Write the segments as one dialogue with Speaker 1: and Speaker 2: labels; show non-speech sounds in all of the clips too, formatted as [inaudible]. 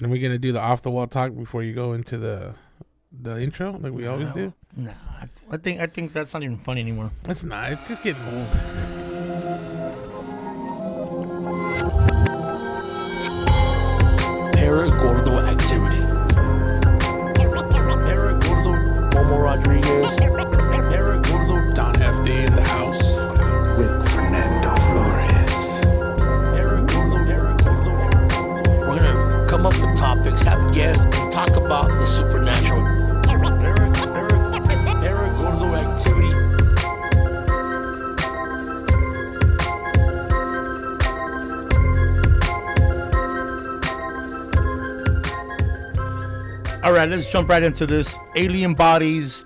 Speaker 1: And we're gonna do the off the wall talk before you go into the the intro, like we always do.
Speaker 2: Nah, I- I think I think that's not even funny anymore.
Speaker 1: That's not. It's just getting old.
Speaker 3: Paragordo activity. Paragordo Momo Rodriguez. Paragordo Don FD in the house. With Fernando Flores. Paragordo, Paragordo. We're gonna come up with topics, have guests, and talk about the supernatural. Parag- Parag- Paragordo activity.
Speaker 2: All right, let's jump right into this. Alien bodies,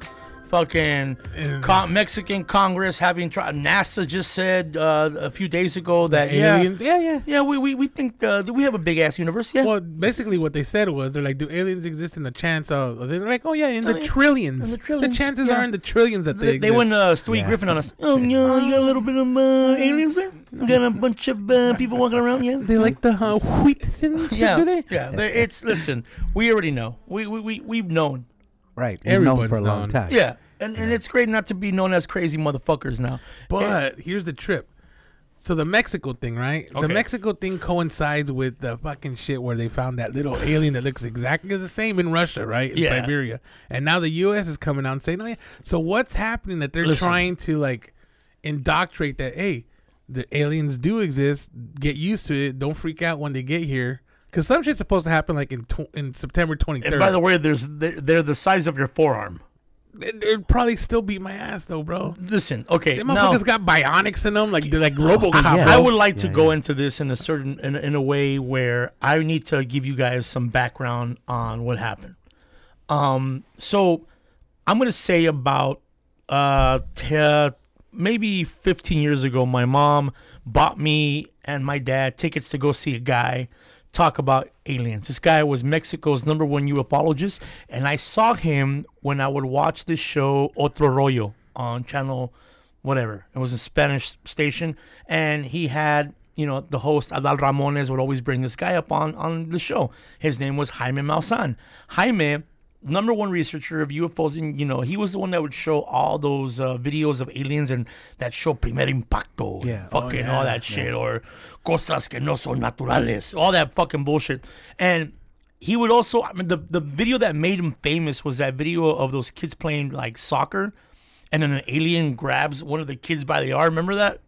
Speaker 2: fucking
Speaker 1: Mm.
Speaker 2: con- Mexican Congress having tried. NASA just said uh, a few days ago that
Speaker 1: Aliens. Yeah, yeah.
Speaker 2: yeah, yeah, we we, we think uh, that we have a big ass universe. Yeah,
Speaker 1: Well, basically, what they said was they're like, do aliens exist in the chance of? They're like, oh yeah, in the
Speaker 2: Oh, yeah.
Speaker 1: trillions.
Speaker 2: In the trillions,
Speaker 1: chances
Speaker 2: yeah.
Speaker 1: are in the trillions that they,
Speaker 2: they, they went
Speaker 1: exist.
Speaker 2: uh, Stewie Griffin on us. Oh no, you got a little bit of uh, aliens there. You got a bunch of uh, people walking around. Yeah,
Speaker 1: They like the uh, wheat thins,
Speaker 2: yeah,
Speaker 1: do they?
Speaker 2: yeah. they- It's listen, we already know. We we we we've known.
Speaker 4: Right. We've known
Speaker 1: Everyone's
Speaker 4: for a long
Speaker 1: known.
Speaker 4: time.
Speaker 2: Yeah. And, and it's great not to be known as crazy motherfuckers now.
Speaker 1: But here's the trip. So the Mexico thing, right? The
Speaker 2: Okay.
Speaker 1: Mexico thing coincides with the fucking shit where they found that little alien that looks exactly the same in Russia, right? In
Speaker 2: Yeah.
Speaker 1: Siberia. And now the US is coming out and saying, Oh yeah. So what's happening that they're
Speaker 2: Listen.
Speaker 1: trying to like indoctrinate that, hey, the aliens do exist. Get used to it. Don't freak out when they get here. Cause some shit's supposed to happen like in tw- in September twenty
Speaker 2: And
Speaker 1: third.
Speaker 2: by the way, there's they're, they're the size of your forearm.
Speaker 1: it'd probably still beat my ass though, bro.
Speaker 2: Listen, okay,
Speaker 1: Them
Speaker 2: now
Speaker 1: motherfuckers got bionics in them, like they're like
Speaker 2: [laughs]
Speaker 1: RoboCop.
Speaker 4: [laughs] Yeah.
Speaker 2: I
Speaker 1: bro.
Speaker 2: would like to go into this in a certain in, a- in a way where I need to give you guys some background on what happened. Um, so I'm gonna say about uh te- maybe 15 years ago, my mom bought me and my dad tickets to go see a guy talk about aliens. This guy was Mexico's number one ufologist, and I saw him when I would watch this show Otro Rollo on channel whatever. It was a Spanish station, and he had you know the host Adal Ramones would always bring this guy up on on the show. His name was Jaime Maussan. Jaime number one researcher of UFOs, and you know he was the one that would show all those uh, videos of aliens and that show Primer Impacto, and
Speaker 4: Yeah.
Speaker 2: fucking all that shit, or cosas que no son naturales, all that fucking bullshit. And he would also, I mean, the the video that made him famous was that video of those kids playing like soccer, and then an alien grabs one of the kids by the arm. Remember that?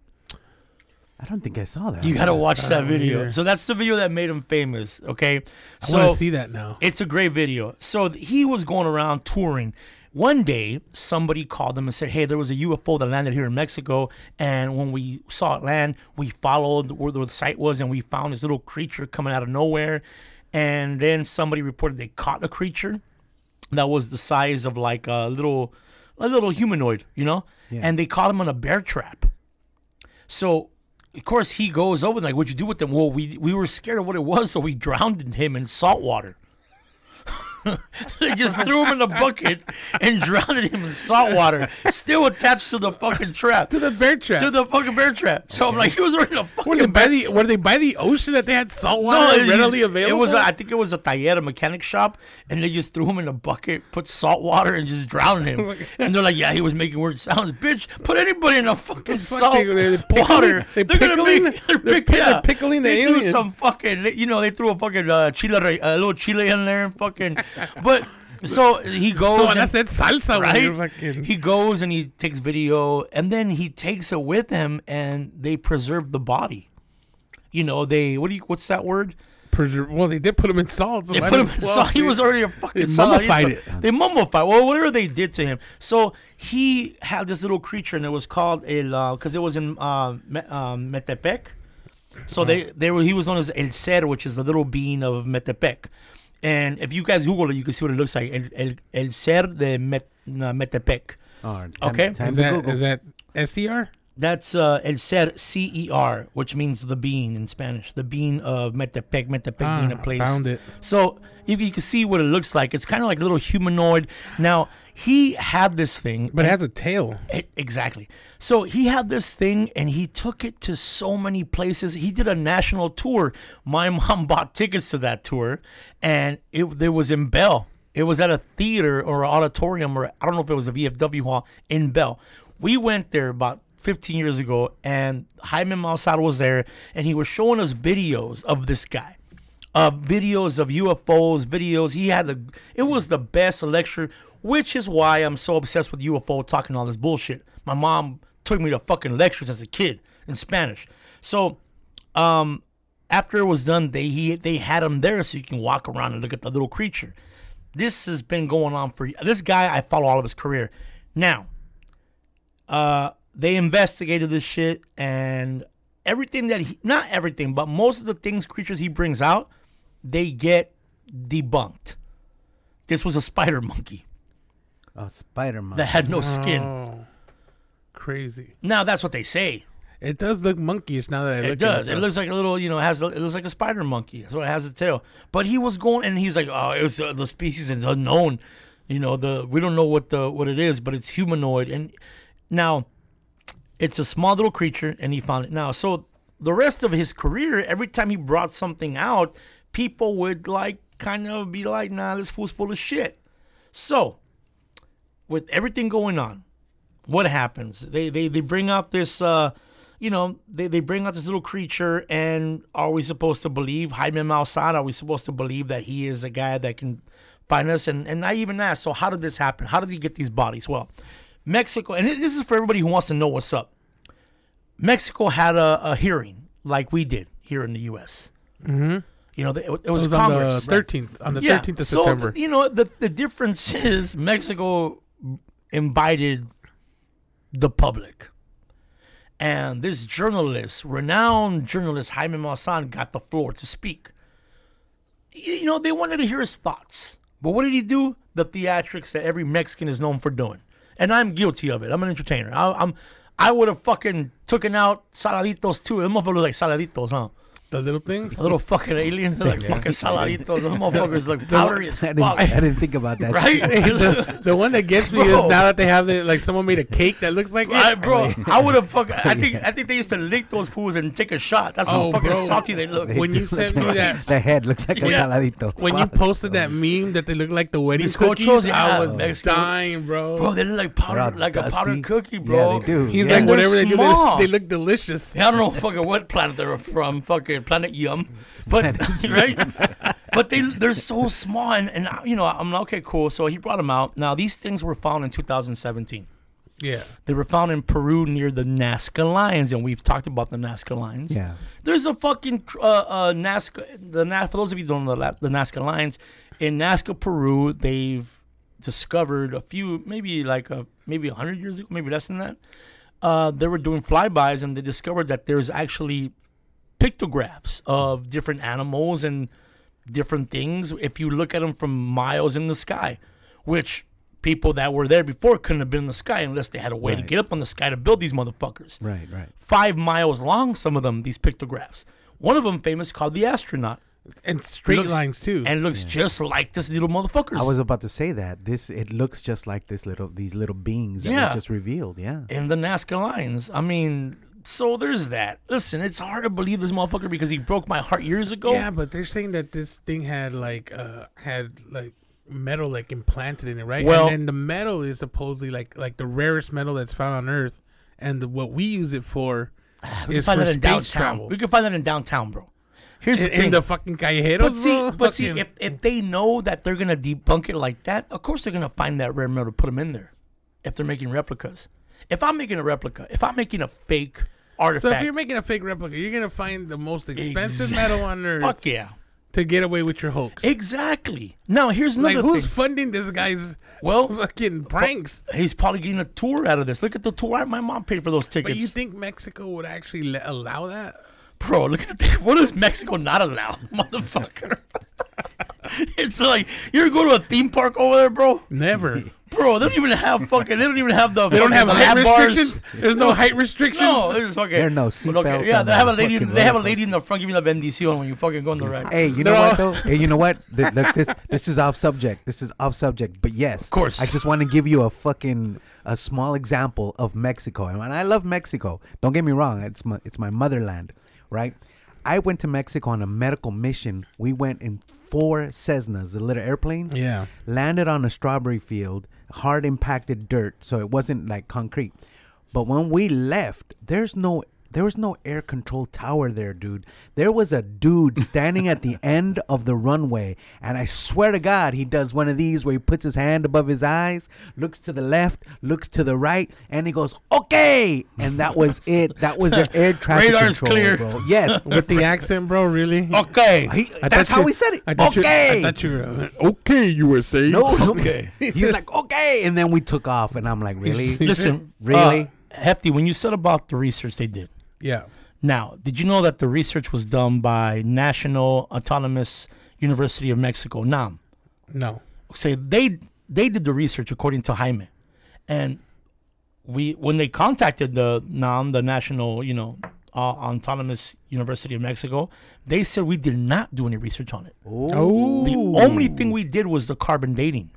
Speaker 4: I don't think I saw that.
Speaker 2: You gotta watch that video.
Speaker 1: either.
Speaker 2: So that's the video that made him famous. Okay,
Speaker 1: I want to see that now.
Speaker 2: it's a great video. So th- he was going around touring. One day, somebody called them and said, "Hey, there was a UFO that landed here in Mexico, and when we saw it land, we followed where the site was, and we found this little creature coming out of nowhere." And then somebody reported they caught a creature that was the size of like a little, a little humanoid, you know. And they caught him on a bear trap. So, of course, he goes over like, "What'd you do with them?" Well, we we were scared of what it was, so we drowned him in salt water. [laughs] they just threw him in a bucket and drowned him in salt water, still attached to the fucking trap,
Speaker 1: to the bear trap.
Speaker 2: to the fucking bear trap. So I'm like, he was already in a fucking
Speaker 1: were they by the were they by the ocean that they had salt
Speaker 2: no,
Speaker 1: water
Speaker 2: it-
Speaker 1: readily
Speaker 2: it-
Speaker 1: available?
Speaker 2: It was, a- I think it was a Tayera mechanic shop, and they just threw him in a bucket, put salt water, and just drowned
Speaker 1: [laughs] Oh
Speaker 2: him. and they're like, "Yeah, he was making weird sounds, bitch. Put anybody in a fucking
Speaker 1: fuck,
Speaker 2: salt
Speaker 1: they- they're pickling-
Speaker 2: water. [laughs]
Speaker 1: they're
Speaker 2: gonna
Speaker 1: pickling-
Speaker 2: make- they're,
Speaker 1: they're
Speaker 2: pick-
Speaker 1: pi- they're
Speaker 2: yeah.
Speaker 1: pickling the
Speaker 2: They threw
Speaker 1: alien.
Speaker 2: some fucking, you know, they threw a fucking uh, chile, re- a little chile in there, and fucking. but so
Speaker 1: [laughs]
Speaker 2: he goes.
Speaker 1: no, and
Speaker 2: and-
Speaker 1: that's Oh, that salsa, when you're
Speaker 2: right?
Speaker 1: Fucking,
Speaker 2: He goes and he takes video, and then he takes it with him, and they preserve the body. You know, they what do you what's that word?
Speaker 1: preser- well, they did put him in salt. So
Speaker 2: They
Speaker 1: might
Speaker 2: put him
Speaker 1: as
Speaker 2: in
Speaker 1: well,
Speaker 2: salt. He
Speaker 1: dude.
Speaker 2: was already a fucking
Speaker 1: They
Speaker 2: solid. He's
Speaker 1: mummified
Speaker 2: a-
Speaker 1: it.
Speaker 2: They mummified. Well, whatever they did to him. So he had this little creature, and it was called el because it was in uh, Me- um, Metepec. So they,
Speaker 1: Uh-huh.
Speaker 2: they were he was known as el ser, which is the little bean of Metepec. And if you guys Google it, you can see what it looks like. El, el, el ser de Met, uh, Metepec.
Speaker 4: Oh, time-
Speaker 2: Okay.
Speaker 4: time
Speaker 1: Is
Speaker 4: to
Speaker 1: that E
Speaker 4: Google.
Speaker 1: is that SCR?
Speaker 2: That's uh, El Ser, C E R, which means the bean in Spanish. The bean of Metepec, Metepec being a
Speaker 1: Ah,
Speaker 2: place.
Speaker 1: found it.
Speaker 2: So you, you can see what it looks like. It's kind of like a little humanoid. Now, he had this thing.
Speaker 1: But it has a tail.
Speaker 2: E- Exactly. So he had this thing and he took it to so many places. He did a national tour. My [laughs] mom bought tickets to that tour and it, it was in Bell. It was at a theater or an auditorium or I don't know if it was a VFW hall in Bell. We went there about 15 years ago and Jaime Mausad was there and he was showing us videos of this guy uh, videos of UFOs, videos. He had the. It was the best lecture, which is why I'm so obsessed with UFO talking all this bullshit. My mom took me to fucking lectures as a kid in Spanish. So, um, after it was done, they he, they had him there so you can walk around and look at the little creature. This has been going on for this guy. I follow all of his career. Now, uh, they investigated this shit and everything that he not everything but most of the things creatures he brings out they get debunked this was a spider monkey
Speaker 4: Oh, Spider Man.
Speaker 2: that had no skin
Speaker 1: Oh, crazy.
Speaker 2: now that's what they say
Speaker 1: It does look monkeyish now that I look
Speaker 2: it
Speaker 1: at
Speaker 2: does it
Speaker 1: though.
Speaker 2: looks like a little you know it has a, it looks like a spider monkey that's what it has a tail but he was going and he's like oh it was uh, the species is unknown you know the we don't know what the what it is but it's humanoid and now it's a small little creature and he found it now so the rest of his career every time he brought something out people would like kind of be like nah this fool's full of shit so with everything going on what happens they they, they bring out this uh you know they, they bring out this little creature and are we supposed to believe Jaime Maussan are we supposed to believe that he is a guy that can find us and and I even asked so how did this happen how did he get these bodies well Mexico and this is for everybody who wants to know what's up Mexico had a, a hearing like we did here in the U.S. Mm-hmm. You know, it, it was,
Speaker 1: It was on
Speaker 2: Congress.
Speaker 1: the thirteenth on the
Speaker 2: Yeah,
Speaker 1: thirteenth of
Speaker 2: so,
Speaker 1: September.
Speaker 2: You know, the, the difference [laughs] is Mexico invited the public. And this journalist, renowned journalist Jaime Maussan, got the floor to speak. You you know, they wanted to hear his thoughts. But what did he do? The theatrics that every Mexican is known for doing. And I'm guilty of it. I'm an entertainer. I, I'm, I would have fucking taken out saladitos too. Them motherfuckers like saladitos, huh?
Speaker 1: the little things.
Speaker 2: [laughs] The little fucking aliens are like fucking saladitos. Those motherfuckers look powdery as
Speaker 4: [laughs] I didn't,
Speaker 2: fuck.
Speaker 4: I didn't think
Speaker 1: [laughs]
Speaker 4: about that.
Speaker 2: [laughs]
Speaker 4: [laughs]
Speaker 2: Right?
Speaker 1: the,
Speaker 2: [laughs]
Speaker 1: the one that gets me is
Speaker 2: Bro.
Speaker 1: now that they have the like someone made a cake that looks like
Speaker 2: I,
Speaker 1: it.
Speaker 2: bro, I would have
Speaker 4: [laughs]
Speaker 2: fucking. I think I think they used to lick those fools and take a shot. That's how
Speaker 1: Oh,
Speaker 2: fucking
Speaker 1: bro.
Speaker 2: salty they look.
Speaker 1: When you sent
Speaker 4: [laughs]
Speaker 1: me that,
Speaker 4: the head looks like a
Speaker 1: Yeah.
Speaker 4: saladito.
Speaker 1: when you
Speaker 4: Fuck.
Speaker 1: posted that meme that they look like the wedding
Speaker 2: Bizcochos,
Speaker 1: cookies, I
Speaker 2: yeah.
Speaker 1: was
Speaker 2: Mexican-
Speaker 1: dying, bro.
Speaker 2: bro, they look like
Speaker 4: They're all
Speaker 2: powder, like a powdered
Speaker 4: dusty.
Speaker 2: cookie, bro.
Speaker 4: Yeah, they do.
Speaker 1: He's
Speaker 4: yeah.
Speaker 1: like
Speaker 2: And they're
Speaker 1: whatever they
Speaker 2: small.
Speaker 1: do, they, they
Speaker 2: [laughs]
Speaker 1: look delicious.
Speaker 2: I don't know fucking what planet they're from, fucking planet
Speaker 4: [laughs]
Speaker 2: Yum, but [laughs] right, but they they're so small, and, and I- you know I'm like okay, cool. So he brought them out. Now these things were found in 2017.
Speaker 1: Yeah,
Speaker 2: They were found in Peru near the Nazca lines, and we've talked about the Nazca lines.
Speaker 4: Yeah.
Speaker 2: There's a fucking uh, uh, Nazca. The Na- for those of you who don't know the, La- the Nazca lines in Nazca, Peru, they've discovered a few, maybe like a maybe hundred years ago, maybe less than that. Uh, they were doing flybys, and they discovered that there's actually pictographs of different animals and different things if you look at them from miles in the sky, which people that were there before couldn't have been in the sky unless they had a way to
Speaker 4: Right.
Speaker 2: get up on the sky to build these motherfuckers
Speaker 4: [laughs] Right, right.
Speaker 2: five miles long, some of them, these pictographs. One of them famous called the astronaut.
Speaker 1: and straight
Speaker 2: Looks-
Speaker 1: lines too.
Speaker 2: And it looks just like this little motherfucker.
Speaker 4: I was about to say that this it looks just like this little these little beings that
Speaker 2: Yeah.
Speaker 4: were just revealed. Yeah,
Speaker 2: in the Nazca lines. I mean, so there's that. Listen, it's hard to believe this motherfucker because he broke my heart years ago.
Speaker 1: yeah, but they're saying that this thing had like uh had like metal like implanted in it, right?
Speaker 2: Well-
Speaker 1: and then the metal is supposedly like like the rarest metal that's found on Earth, and the, what we use it for
Speaker 2: Ah, we can
Speaker 1: is
Speaker 2: find
Speaker 1: for
Speaker 2: that in
Speaker 1: space
Speaker 2: downtown.
Speaker 1: travel.
Speaker 2: We can find that in downtown, bro. Here's
Speaker 1: in,
Speaker 2: the thing.
Speaker 1: in the fucking callejeros,
Speaker 2: but see,
Speaker 1: bro.
Speaker 2: but see,
Speaker 1: Fucking-
Speaker 2: if, if they know that they're gonna debunk it like that, of course they're gonna find that rare metal to put them in there. If they're making replicas, if I'm making a replica, if I'm making a fake
Speaker 1: so
Speaker 2: artifact,
Speaker 1: if you're making a fake replica, you're gonna find the most expensive metal on Earth
Speaker 2: fuck yeah,
Speaker 1: to get away with your hoax.
Speaker 2: Exactly. Now here's
Speaker 1: like
Speaker 2: another
Speaker 1: who's
Speaker 2: thing.
Speaker 1: funding this guy's [laughs]
Speaker 2: Well,
Speaker 1: fucking pranks?
Speaker 2: he's probably getting a tour out of this. Look at the tour. My mom paid for those tickets.
Speaker 1: But you think Mexico would actually le- allow that?
Speaker 2: Bro, look at the thing. What does Mexico not allow, [laughs] motherfucker? it's like you're going to a theme park over there, bro.
Speaker 1: Never.
Speaker 2: bro. They don't even have fucking. They don't even have the.
Speaker 1: They don't have
Speaker 2: the
Speaker 1: height
Speaker 2: lap bars.
Speaker 1: restrictions. There's no height restrictions.
Speaker 2: No, this is fucking.
Speaker 4: There are no
Speaker 2: Well,
Speaker 4: seatbelts
Speaker 2: Yeah,
Speaker 4: on
Speaker 2: they have a
Speaker 4: that
Speaker 2: lady.
Speaker 4: fucking
Speaker 2: They have a
Speaker 4: roller
Speaker 2: lady in the front giving you the NDC on when you fucking go on the ride.
Speaker 4: Hey, you know what though? Hey, you know what? Th- look, this this is off subject. This is off subject. But yes, of
Speaker 2: course.
Speaker 4: I just want to give you a fucking a small example of Mexico, and I love Mexico. Don't get me wrong; it's my it's my motherland, right? I went to Mexico on a medical mission. We went in four Cessnas, the little airplanes.
Speaker 1: Yeah.
Speaker 4: landed on a strawberry field, hard impacted dirt, so it wasn't like concrete. But when we left, there's no there was no air control tower there, dude. There was
Speaker 1: [laughs]
Speaker 4: a dude standing at the end of the runway, and I swear to God, he does one of these where he puts his hand above his eyes, looks to the left, looks to the right, and he goes, "Okay," and that was it. That was the
Speaker 1: [laughs]
Speaker 4: air traffic
Speaker 2: Radar's
Speaker 4: control,
Speaker 2: clear.
Speaker 4: bro. Yes,
Speaker 1: With [laughs] the accent, bro, really?
Speaker 2: Okay.
Speaker 4: he,
Speaker 1: I
Speaker 4: that's
Speaker 1: thought
Speaker 4: how
Speaker 1: you-
Speaker 4: he said it.
Speaker 1: I thought you-
Speaker 4: okay,
Speaker 1: I thought you were uh, okay, USA.
Speaker 4: no,
Speaker 2: [laughs]
Speaker 4: no. [laughs]
Speaker 2: Okay.
Speaker 4: He
Speaker 1: [laughs]
Speaker 4: was like, okay. And then we took off, and I'm like,
Speaker 2: [laughs]
Speaker 4: really?
Speaker 2: Listen,
Speaker 4: Really?
Speaker 2: uh, hefty. When you said about the research they did.
Speaker 1: Yeah.
Speaker 2: Now, did you know that the research was done by National Autonomous University of Mexico, NAM?
Speaker 1: No.
Speaker 2: Say they they did the research according to Jaime, and we when they contacted the NAM, the National you know uh, Autonomous University of Mexico, they said we did not do any research on it.
Speaker 1: Oh.
Speaker 2: The only thing we did was the carbon dating.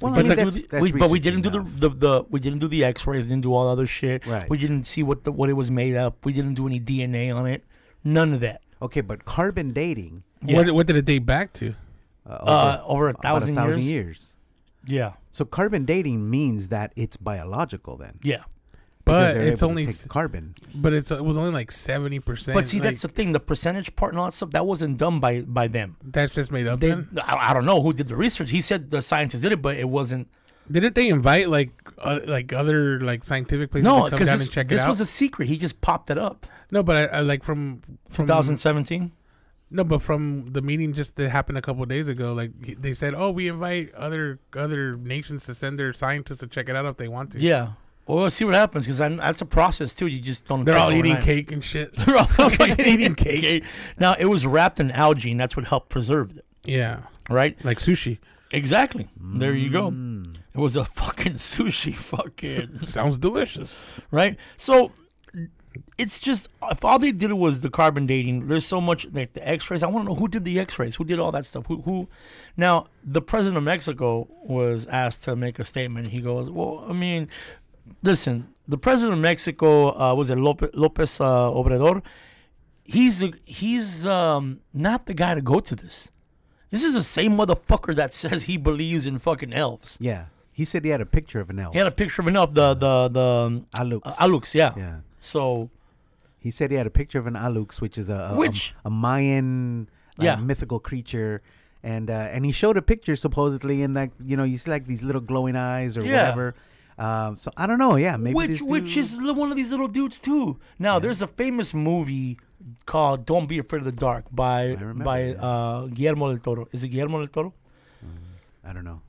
Speaker 4: Well,
Speaker 1: But
Speaker 4: I mean,
Speaker 1: the-
Speaker 4: that's, that's
Speaker 2: we, but we
Speaker 4: research
Speaker 2: didn't do the,
Speaker 4: enough.
Speaker 2: the, the we didn't do the X-rays, didn't do all the other shit.
Speaker 4: Right.
Speaker 2: We didn't see what the, what it was made of. We didn't do any DNA on it. None of that.
Speaker 4: Okay, but carbon dating
Speaker 2: Yeah.
Speaker 1: What, what did it date back to?
Speaker 4: uh, over,
Speaker 2: Uh, over a
Speaker 4: about
Speaker 2: thousand,
Speaker 4: a thousand
Speaker 2: years.
Speaker 4: years.
Speaker 2: Yeah,
Speaker 4: So carbon dating means that it's biological then.
Speaker 2: yeah.
Speaker 1: But
Speaker 4: because they're
Speaker 1: it's
Speaker 4: able to
Speaker 1: only,
Speaker 4: take
Speaker 1: s-
Speaker 4: the carbon.
Speaker 1: but it's it was only like seventy percent.
Speaker 2: But see, that's the thing. The percentage part and all that stuff that wasn't done by by them.
Speaker 1: that's just made up.
Speaker 2: They,
Speaker 1: then?
Speaker 2: I, I don't know who did the research. He said the scientists did it, but it wasn't.
Speaker 1: Didn't they invite like uh, like other like scientific places
Speaker 2: No,
Speaker 1: to come down
Speaker 2: because
Speaker 1: and
Speaker 2: this,
Speaker 1: check
Speaker 2: this
Speaker 1: it out?
Speaker 2: was a secret. He just popped it up.
Speaker 1: no, but I, I like from from
Speaker 2: Mm-hmm. 2017.
Speaker 1: No, but from the meeting just that happened a couple of days ago, like he- they said, oh, we invite other other nations to send their scientists to check it out if they want to.
Speaker 2: Yeah. Well, we'll see what happens because that's a process too. You just don't.
Speaker 1: They're all eating
Speaker 2: overnight.
Speaker 1: cake and shit.
Speaker 2: Oh, [laughs] They're all fucking
Speaker 1: eating
Speaker 2: eating
Speaker 1: cake.
Speaker 2: cake. Now it was wrapped in algae, and that's what helped preserve it,
Speaker 1: yeah,
Speaker 2: right?
Speaker 1: like sushi.
Speaker 2: Exactly. There you go. It was a fucking [laughs] sushi, fucking
Speaker 1: Sounds delicious.
Speaker 2: right. So it's just if all they did was the carbon dating. There's so much like the X-rays. I want to know who did the X-rays, who did all that stuff, who who. Now the president of Mexico was asked to make a statement. He goes, "Well, I mean, listen, the president of Mexico uh, was it Lopez, Lopez uh, Obrador. He's a, he's um, not the guy to go to this. This is the same motherfucker that says he believes in fucking elves.
Speaker 4: Yeah. He said he had a picture of an elf.
Speaker 2: He had a picture of an elf, the the the um,
Speaker 4: Alux.
Speaker 2: uh, Alux, yeah.
Speaker 4: Yeah.
Speaker 2: So
Speaker 4: He said he had a picture of an Alux, which is a a,
Speaker 2: Which-
Speaker 4: a, a Mayan uh,
Speaker 2: Yeah.
Speaker 4: mythical creature. And uh, and he showed a picture supposedly in like you know, you see like these little glowing eyes or
Speaker 2: Yeah.
Speaker 4: whatever. Um, so I don't know, yeah, maybe
Speaker 2: which
Speaker 4: this
Speaker 2: which
Speaker 4: dude-
Speaker 2: is li- one of these little dudes too. Now there's a famous movie called "Don't Be Afraid of the Dark" by
Speaker 4: remember
Speaker 2: by
Speaker 4: that.
Speaker 2: uh, Guillermo del Toro. Is it Guillermo del Toro?
Speaker 4: I don't know.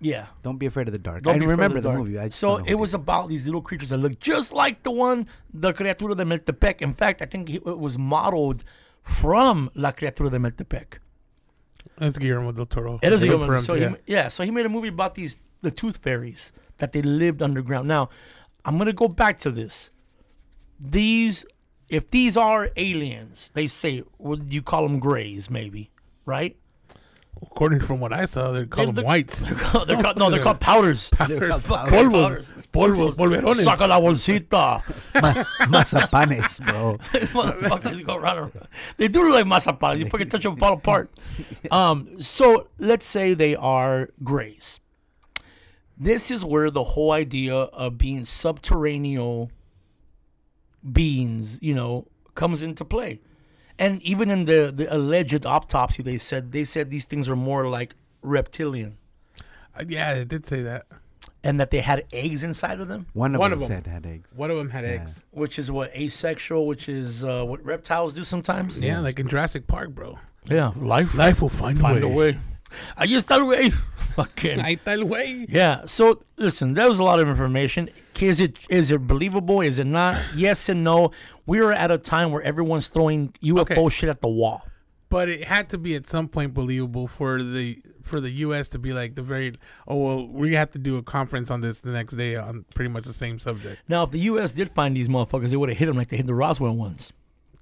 Speaker 2: Yeah.
Speaker 4: Don't be afraid of the dark.
Speaker 2: Don't
Speaker 4: I
Speaker 2: Be Afraid of
Speaker 4: remember the,
Speaker 2: Dark.
Speaker 4: movie. I just
Speaker 2: so
Speaker 4: don't know
Speaker 2: it
Speaker 4: who
Speaker 2: was
Speaker 4: did
Speaker 2: about these little creatures that look just like the one, the Criatura de Meltepec. In fact, I think it was modeled from La Criatura de Meltepec.
Speaker 1: That's Guillermo del Toro.
Speaker 2: It is a
Speaker 1: They're
Speaker 2: good one.
Speaker 1: from-
Speaker 2: So
Speaker 1: yeah.
Speaker 2: He, yeah, so he made a movie about these the tooth fairies that they lived underground. Now, I'm gonna go back to this. These, if these are aliens, they say would you call them grays? Maybe, right? [laughs]
Speaker 1: according from what I saw, they call
Speaker 2: They
Speaker 1: them
Speaker 2: look-
Speaker 1: whites.
Speaker 2: [laughs]
Speaker 1: [laughs]
Speaker 2: They're called, they're called, no, they're called powders.
Speaker 1: Polvos, polvos, polverones.
Speaker 2: Saca la bolsita.
Speaker 4: [laughs] it. Mazapanes, bro.
Speaker 2: [laughs] motherfuckers go round and round. They do look like masapanes. You fucking touch them, fall apart. Um, so let's say they are grays. This is where the whole idea of being subterranean beings, you know, comes into play. And even in the, the alleged autopsy, they said they said these things are more like reptilian,
Speaker 1: Uh, Yeah, they did say that.
Speaker 2: and that they had eggs inside of them,
Speaker 4: One of
Speaker 1: One
Speaker 4: them
Speaker 1: of 'em.
Speaker 4: said had eggs.
Speaker 1: One of them had eggs.
Speaker 2: which is what asexual, which is uh, what reptiles do sometimes.
Speaker 1: Yeah, like in Jurassic Park, bro.
Speaker 2: yeah, life,
Speaker 1: Life will find,
Speaker 2: find a
Speaker 1: [laughs]
Speaker 2: way. I just that way. [laughs] Fucking.
Speaker 1: Night that way.
Speaker 2: Yeah. So listen, that was a lot of information. Is it is it believable? Is it not? Yes and no. We are at a time where everyone's throwing UFO
Speaker 1: Okay.
Speaker 2: shit at the wall.
Speaker 1: But it had to be at some point believable for the for the U.S. to be like the very oh well we have to do a conference on this the next day on pretty much the same subject.
Speaker 2: Now, if the U.S. did find these motherfuckers, they would have hit them like they hit the Roswell ones.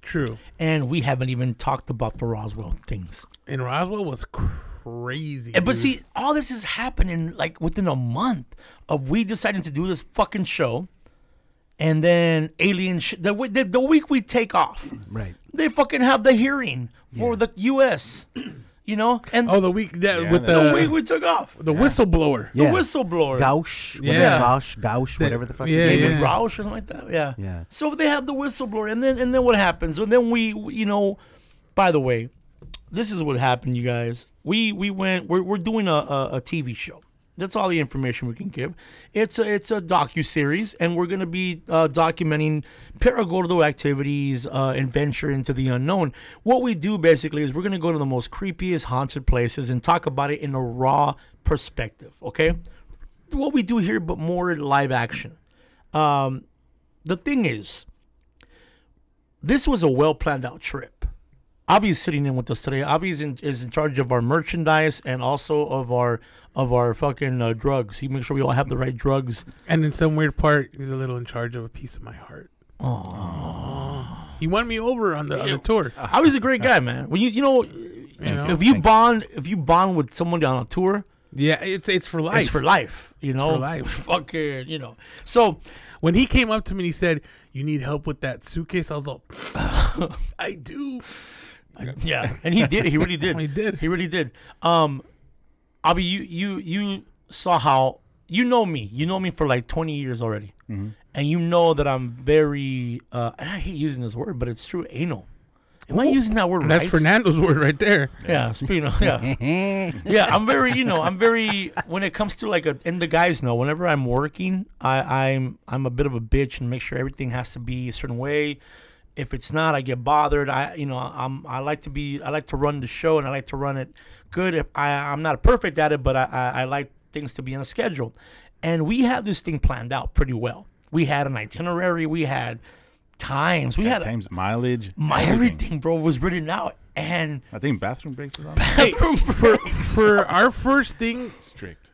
Speaker 1: True,
Speaker 2: And we haven't even talked about the Roswell things.
Speaker 1: and Roswell was crazy.
Speaker 2: And- Eh, But
Speaker 1: dude.
Speaker 2: see, all this is happening like within a month of we deciding to do this fucking show, and then alien sh- the, w- the the week we take off,
Speaker 4: Right.
Speaker 2: they fucking have the hearing for the U.S. You know, and
Speaker 1: oh the week that with
Speaker 2: the
Speaker 1: the
Speaker 2: week we took off,
Speaker 1: the whistleblower.
Speaker 2: the whistleblower,
Speaker 4: Gausch,
Speaker 1: Yeah.
Speaker 4: whatever, Gausch, Gausch, whatever the fuck. his
Speaker 1: yeah,
Speaker 4: name
Speaker 2: David
Speaker 4: is.
Speaker 2: Roush or something like that. Yeah.
Speaker 4: Yeah.
Speaker 2: So they have the whistleblower, and then and then what happens? And then we, you know, by the way, this is what happened, you guys. We we went. We're we're doing a a, a TV show. That's all the information we can give. It's a it's a docu series, and we're gonna be uh, documenting Paragordo activities, uh, and venture into the unknown. What we do basically is we're gonna go to the most creepiest haunted places and talk about it in a raw perspective. Okay, what we do here, but more live action. Um, the thing is, this was a well planned out trip. Avi's sitting in with us today. Avi is in, is in charge of our merchandise and also of our of our fucking uh, drugs. He makes sure we all have the right
Speaker 1: [laughs]
Speaker 2: drugs.
Speaker 1: And in some weird part, he's a little in charge of a piece of my heart. Oh. He won me over on the, on the tour.
Speaker 2: Avi's a great guy, man. When you you know,
Speaker 1: know.
Speaker 2: if you bond if you bond with someone on a tour,
Speaker 1: Yeah, it's it's for life.
Speaker 2: it's for life. You know,
Speaker 1: for life.
Speaker 2: [laughs] fucking you know. So
Speaker 1: When he came up to me and he said, "You need help with that suitcase," I was
Speaker 5: [laughs]
Speaker 1: like, "I do."
Speaker 2: Yeah, [laughs] and he did. He really did.
Speaker 1: [laughs] He did.
Speaker 2: He really did. Um, Abi, you you you saw how you know me. You know me for like twenty years already, and you know that I'm very. Uh, and I hate using this word, but it's true. Anal. Am I using that word
Speaker 1: That's
Speaker 2: right?
Speaker 1: Fernando's word right there.
Speaker 2: yeah. Speaking of, yeah, yeah. I'm very. You know, I'm very. When it comes to like a, and the guys know. Whenever I'm working, I I'm I'm a bit of a bitch and make sure everything has to be a certain way if it's not, I get bothered. I, you know, I'm I like to be I like to run the show and I like to run it good. If I I'm not perfect at it, but I I, I like things to be on a schedule, and we had this thing planned out pretty well. We had an itinerary. We had times. We had
Speaker 5: times mileage.
Speaker 2: my everything, bro, was written out. And
Speaker 5: I think bathroom breaks was
Speaker 2: [laughs]
Speaker 5: on.
Speaker 2: hey,
Speaker 1: For for our first thing,
Speaker 5: Strict.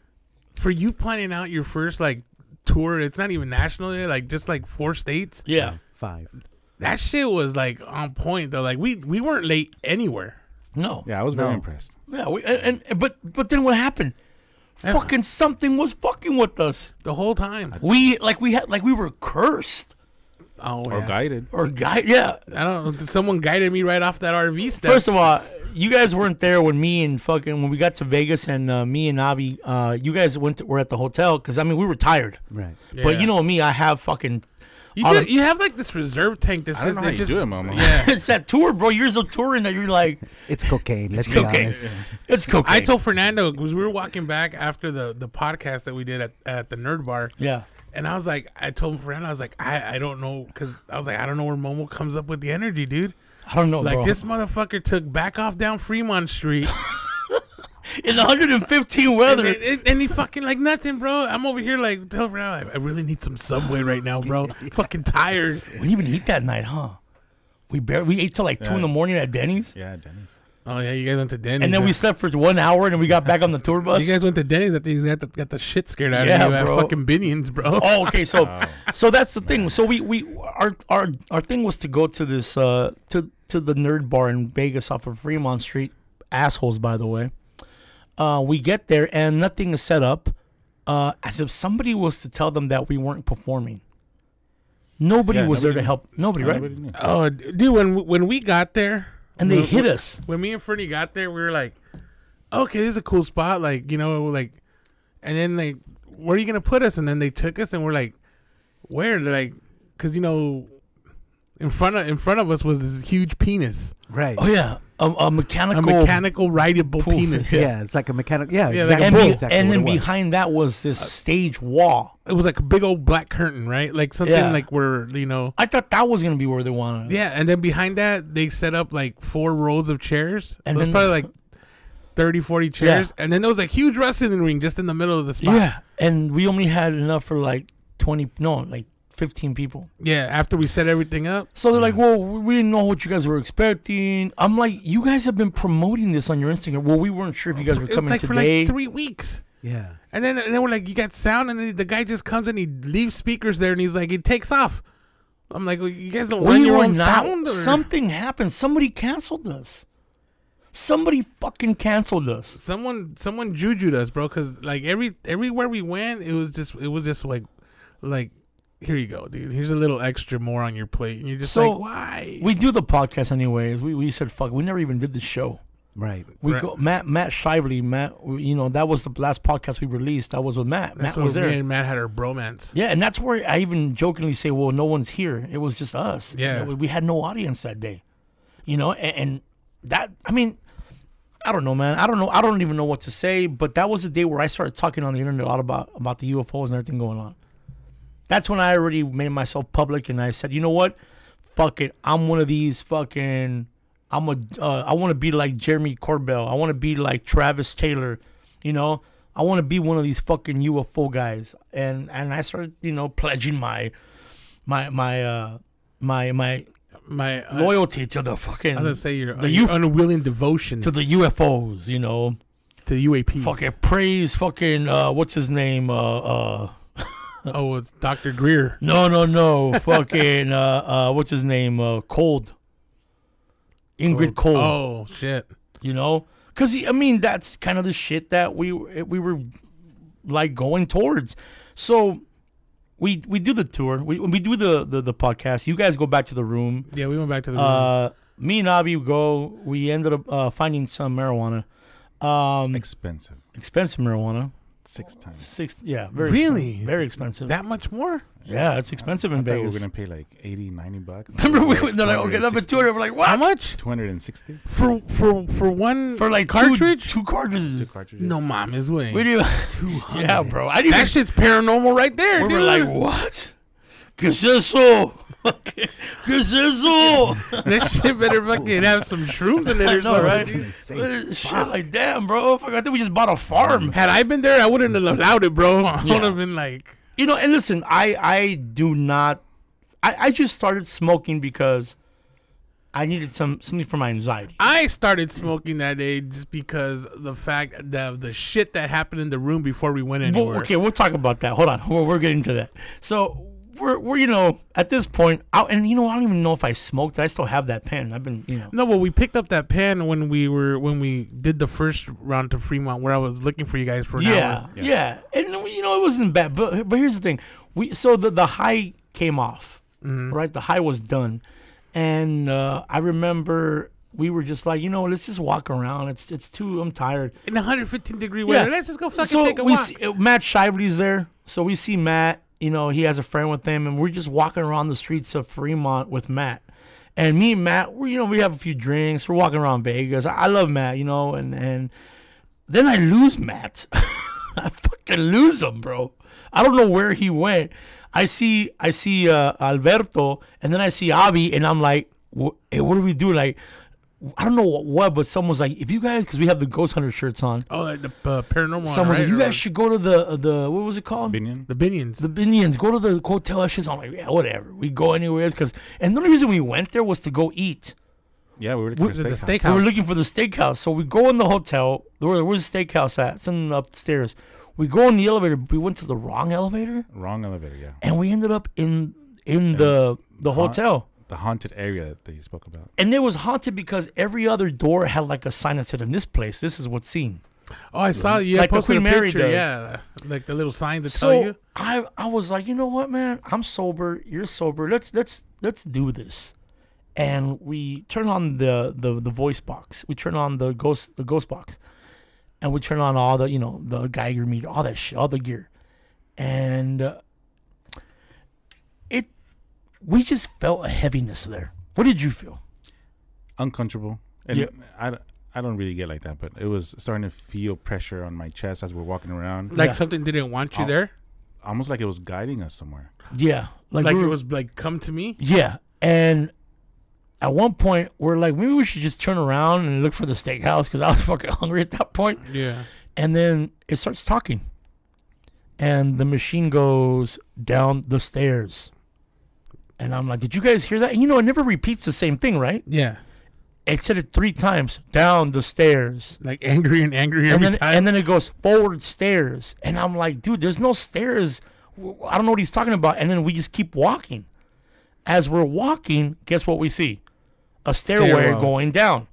Speaker 1: for you planning out your first like tour, it's not even national yet, like just like four states.
Speaker 2: yeah,
Speaker 4: [laughs] Five.
Speaker 1: That shit was like on point though. Like we we weren't late anywhere.
Speaker 2: no,
Speaker 5: Yeah, I was very impressed.
Speaker 2: yeah, we, and, and but but then what happened? Fucking something was fucking with us.
Speaker 1: The whole time.
Speaker 2: We like we had like we were cursed
Speaker 1: Oh,
Speaker 5: Or
Speaker 1: yeah.
Speaker 5: guided.
Speaker 2: or guy. Yeah,
Speaker 1: I don't. know. Someone guided me right off that RV step.
Speaker 2: First of all, you guys weren't there when me and fucking when we got to Vegas and uh, me and Avi, uh, you guys went to, were at the hotel because I mean we were tired.
Speaker 4: Right.
Speaker 1: Yeah.
Speaker 2: But you know me, I have fucking [laughs]
Speaker 1: You,
Speaker 2: All
Speaker 1: ju-
Speaker 2: of-
Speaker 1: you have like this reserve tank that's
Speaker 5: I don't
Speaker 1: just,
Speaker 5: know how
Speaker 1: that
Speaker 5: you
Speaker 1: just
Speaker 5: do it, Momo.
Speaker 1: Yeah.
Speaker 2: it's that tour, bro. Years of touring that you're like,
Speaker 4: It's cocaine. Let's be
Speaker 2: okay,
Speaker 4: honest.
Speaker 2: it's cocaine.
Speaker 1: I told Fernando because we were walking back after the, the podcast that we did at, at the Nerd Bar.
Speaker 2: yeah,
Speaker 1: And I was like, I told Fernando, I was like, I, I don't know, because I was like, I don't know where Momo comes up with the energy, dude.
Speaker 2: I don't know,
Speaker 1: Like,
Speaker 2: Oh, bro.
Speaker 1: this motherfucker took back off down Fremont Street.
Speaker 2: [laughs] in the 115
Speaker 1: and, [laughs]
Speaker 2: weather.
Speaker 1: and, and he fucking, like, nothing, bro. I'm over here, like, tell Fernando, I, I really need some Subway right now,
Speaker 2: [laughs]
Speaker 1: bro. fucking tired.
Speaker 2: we didn't even eat that night, huh? We barely we ate till like two in the morning at Denny's,
Speaker 5: Yeah, Dennis.
Speaker 1: Oh, yeah, you guys went to Denny's.
Speaker 2: and then we
Speaker 1: huh?
Speaker 2: slept for one hour, and then we got back on the tour bus.
Speaker 1: You guys went to Denny's after you got the, got the shit scared out
Speaker 2: Yeah,
Speaker 1: of you at
Speaker 2: bro.
Speaker 1: fucking Binions, bro.
Speaker 2: [laughs] Oh, okay. So, so that's the thing. So we we our our our thing was to go to this uh to to the nerd bar in Vegas off of Fremont Street. Assholes, by the way. Uh, we get there and nothing is set up, uh, as if somebody was to tell them that we weren't performing. Nobody
Speaker 5: Yeah,
Speaker 2: was there
Speaker 5: nobody
Speaker 2: to
Speaker 5: knew.
Speaker 2: help. Nobody, right?
Speaker 5: Nobody knew.
Speaker 1: Oh, d- dude, when when we got there,
Speaker 2: And they
Speaker 1: when-
Speaker 2: hit us.
Speaker 1: When me and Fernie got there, we were like, "Okay, this is a cool spot." Like, you know, like, and then like, "Where are you gonna put us?" And then they took us, and we're like, "Where?" They're like, "Cause you know, in front of in front of us was this huge penis,
Speaker 4: Right.
Speaker 2: Oh yeah, a, a
Speaker 1: a
Speaker 2: mechanical.
Speaker 1: mechanical rideable
Speaker 2: Poof. [laughs]
Speaker 4: [laughs]
Speaker 1: penis.
Speaker 4: yeah. it's like a mechanical. Yeah,
Speaker 1: Yeah, like
Speaker 4: exactly.
Speaker 2: and, be-
Speaker 4: exactly
Speaker 2: and
Speaker 4: what
Speaker 2: then
Speaker 4: it was.
Speaker 2: behind that was this stage wall.
Speaker 1: It was like a big old black curtain, right? Like something
Speaker 2: Yeah.
Speaker 1: like where you know,
Speaker 2: I thought that was gonna be where they wanted. us.
Speaker 1: yeah. And then behind that, they set up like four rows of chairs, and
Speaker 2: And
Speaker 1: it was
Speaker 2: then-
Speaker 1: probably like 30, 40 chairs, and then there was a huge wrestling ring just in the middle of the spot.
Speaker 2: Yeah, and we only had enough for like twenty, no, like 15 people.
Speaker 1: Yeah, after we set everything up.
Speaker 2: So they're like, well, we we didn't know what you guys were expecting. I'm like, you guys have been promoting this on your Instagram. Well, we weren't sure if you guys were
Speaker 1: It was
Speaker 2: coming
Speaker 1: like for
Speaker 2: today.
Speaker 1: like three weeks.
Speaker 4: Yeah.
Speaker 1: And then and then we're like, you got sound, and then the guy just comes and he leaves speakers there, and he's like, he takes off. I'm like, well, you guys don't run
Speaker 2: we
Speaker 1: your
Speaker 2: were
Speaker 1: own
Speaker 2: not.
Speaker 1: sound. Or?
Speaker 2: Something happened. Somebody canceled us. Somebody fucking canceled us.
Speaker 1: someone someone jujued us, bro, because like every everywhere we went, it was just it was just like like here you go, dude. Here's a little extra more on your plate, and you're just
Speaker 2: So,
Speaker 1: like, why?
Speaker 2: We do the podcast anyways. We, we said fuck. We never even did the show.
Speaker 4: Right.
Speaker 2: We
Speaker 1: Right.
Speaker 2: go Matt Matt Shively. Matt, you know that was the last podcast we released. That was with Matt.
Speaker 1: That's
Speaker 2: Matt
Speaker 1: where
Speaker 2: was there.
Speaker 1: me and Matt had our bromance.
Speaker 2: Yeah, and that's where I even jokingly say, "Well, no one's here. It was just us.
Speaker 1: Yeah.
Speaker 2: You know, we had no audience that day. You know, and, and that I mean, I don't know, man. I don't know. I don't even know what to say. But that was the day where I started talking on the internet a lot about about the UFOs and everything going on. That's when I already made myself public, and I said, "You know what? Fuck it. I'm one of these fucking. I'm a. Uh, I want to be like Jeremy Corbell. I want to be like Travis Taylor. You know." I want to be one of these fucking UFO guys, and and I started, you know, pledging my, my my uh, my my
Speaker 1: My uh,
Speaker 2: loyalty to the fucking
Speaker 1: I was gonna say your, uh,
Speaker 2: The
Speaker 1: your
Speaker 2: youth-
Speaker 1: unwilling devotion
Speaker 2: to
Speaker 1: to,
Speaker 2: the UFOs, you know.
Speaker 1: to UAPs.
Speaker 2: Fucking praise, fucking uh, what's his name? Uh, uh,
Speaker 1: Oh, it's Doctor Greer.
Speaker 2: no,
Speaker 1: [laughs]
Speaker 2: no, no, fucking uh, uh, what's his name? Uh, Cold. Ingrid Cold.
Speaker 1: Oh shit.
Speaker 2: you know because i mean that's kind of the shit that we we were like going towards so we we do the tour we, we do the, the the podcast you guys go back to the room
Speaker 1: Yeah, we went back to the.
Speaker 2: uh me and Abby go we ended up uh, finding some marijuana um
Speaker 5: Expensive.
Speaker 2: expensive marijuana
Speaker 5: Six times.
Speaker 2: six yeah very
Speaker 1: Really?
Speaker 2: expensive, very expensive
Speaker 1: room. that much more.
Speaker 2: yeah it's expensive
Speaker 5: I
Speaker 2: in
Speaker 5: thought we were
Speaker 2: Vegas
Speaker 5: gonna pay like 80, 90 bucks.
Speaker 2: [laughs] remember we were- they're like okay that's a tour we're like
Speaker 1: How
Speaker 2: what
Speaker 1: much
Speaker 5: Two hundred and sixty
Speaker 1: for for for one
Speaker 2: for like two-
Speaker 1: cartridge?
Speaker 2: two, cartridges
Speaker 5: two cartridges.
Speaker 1: no, mom is way.
Speaker 2: we do [laughs] yeah bro I didn't even
Speaker 1: That shit's paranormal right there,
Speaker 2: We
Speaker 1: dude.
Speaker 2: were like, [laughs] what? ¿Qué es [laughs] eso? ¿Qué es eso?
Speaker 1: [laughs] that shit better fucking have some shrooms in it or something.
Speaker 2: right?
Speaker 1: dude.
Speaker 2: Uh, Shit, like, damn, bro. Fuck, I think we just bought a farm.
Speaker 1: Had I been there, I wouldn't have allowed it, bro. [laughs] I would have been like,
Speaker 2: You know, and listen, I, I do not. I, I just started smoking because I needed some something for my anxiety.
Speaker 1: I started smoking that day just because the fact that the shit that happened in the room before we went
Speaker 2: Well,
Speaker 1: anywhere.
Speaker 2: okay, we'll talk about that. Hold on, we're, we're getting to that. So we're, we're you know at this point, I, and you know I don't even know if I smoked. I still have that pen. I've been you know.
Speaker 1: No, well, we picked up that pen when we were when we did the first round to Fremont, where I was looking for you guys for an
Speaker 2: yeah,
Speaker 1: hour.
Speaker 2: yeah, And you know, it wasn't bad. But but here's the thing: we so the the high came off, right? The high was done, and uh, I remember we were just like, you know, let's just walk around. It's it's too. I'm tired.
Speaker 1: in 115 degree weather. Let's just go fucking
Speaker 2: so
Speaker 1: take a
Speaker 2: we
Speaker 1: walk.
Speaker 2: See, uh, Matt Shively's there, so we see Matt. You know, he has a friend with him, and we're just walking around the streets of Fremont with Matt. And me and Matt, we you know, we have a few drinks. We're walking around Vegas. I, I love Matt, you know, and and then I lose Matt. [laughs] I fucking lose him, bro. I don't know where he went. I see, I see uh, Alberto, and then I see Avi, and I'm like, "Wh- hey, what do we do? Like, I don't know what, what but someone's like, if you guys, because we have the Ghost Hunter shirts on,
Speaker 1: oh, like the uh, paranormal. right?
Speaker 2: Someone said, you
Speaker 1: Or
Speaker 2: guys should go to the the what was it called?
Speaker 5: Binion.
Speaker 1: the Binions.
Speaker 2: the Indians. Go to the hotel. That shit's. I'm like, yeah, whatever. We go anywhere because, and the only reason we went there was to go eat.
Speaker 5: Yeah, we were looking
Speaker 2: We-
Speaker 5: for
Speaker 1: the
Speaker 5: steakhouse.
Speaker 1: steakhouse.
Speaker 2: So we're looking for the steakhouse. So we go in the hotel. Where, where's the steakhouse at? It's in upstairs. We go in the elevator. but We went to the wrong elevator,
Speaker 5: Wrong elevator. Yeah,
Speaker 2: and we ended up in in the the
Speaker 5: Haunt-
Speaker 2: hotel.
Speaker 5: the haunted area that you spoke about.
Speaker 2: And it was haunted because every other door had like a sign that said, "In this place, this is what's seen."
Speaker 1: oh, I saw you.
Speaker 2: Like the
Speaker 1: posted a
Speaker 2: Queen Mary
Speaker 1: picture.
Speaker 2: does.
Speaker 1: Yeah, like the little signs that
Speaker 2: so
Speaker 1: tell you.
Speaker 2: I I was like, you know what, man? I'm sober. You're sober. Let's let's let's do this. And we turn on the the the voice box. We turn on the ghost the ghost box, and we turn on all the you know the Geiger meter, all that shit, all the gear, and uh, it we just felt a heaviness there. What did you feel?
Speaker 5: Uncomfortable. And
Speaker 2: Yeah.
Speaker 5: I, d- I don't really get like that, but it was starting to feel pressure on my chest as we're walking around,
Speaker 1: Like
Speaker 2: Yeah.
Speaker 1: something didn't want you
Speaker 5: Oh.
Speaker 1: there.
Speaker 5: almost like it was guiding us somewhere.
Speaker 2: Yeah,
Speaker 1: Like
Speaker 2: we
Speaker 1: it
Speaker 2: were-
Speaker 1: was like come to me.
Speaker 2: Yeah, and at one point we're like, maybe we should just turn around and look for the steakhouse because I was [laughs] fucking hungry at that point.
Speaker 1: Yeah.
Speaker 2: And then it starts talking, and the machine goes down the stairs. And I'm like, did you guys hear that? And you know, it never repeats the same thing, right?
Speaker 1: Yeah.
Speaker 2: It said it three times down the stairs.
Speaker 1: Like angry and angry
Speaker 2: And
Speaker 1: every
Speaker 2: then,
Speaker 1: time.
Speaker 2: and then it goes forward stairs. And I'm like, dude, there's no stairs. W- I don't know what he's talking about. And then we just keep walking. As we're walking, guess what we see? A stairway
Speaker 1: Stairwell.
Speaker 2: going down.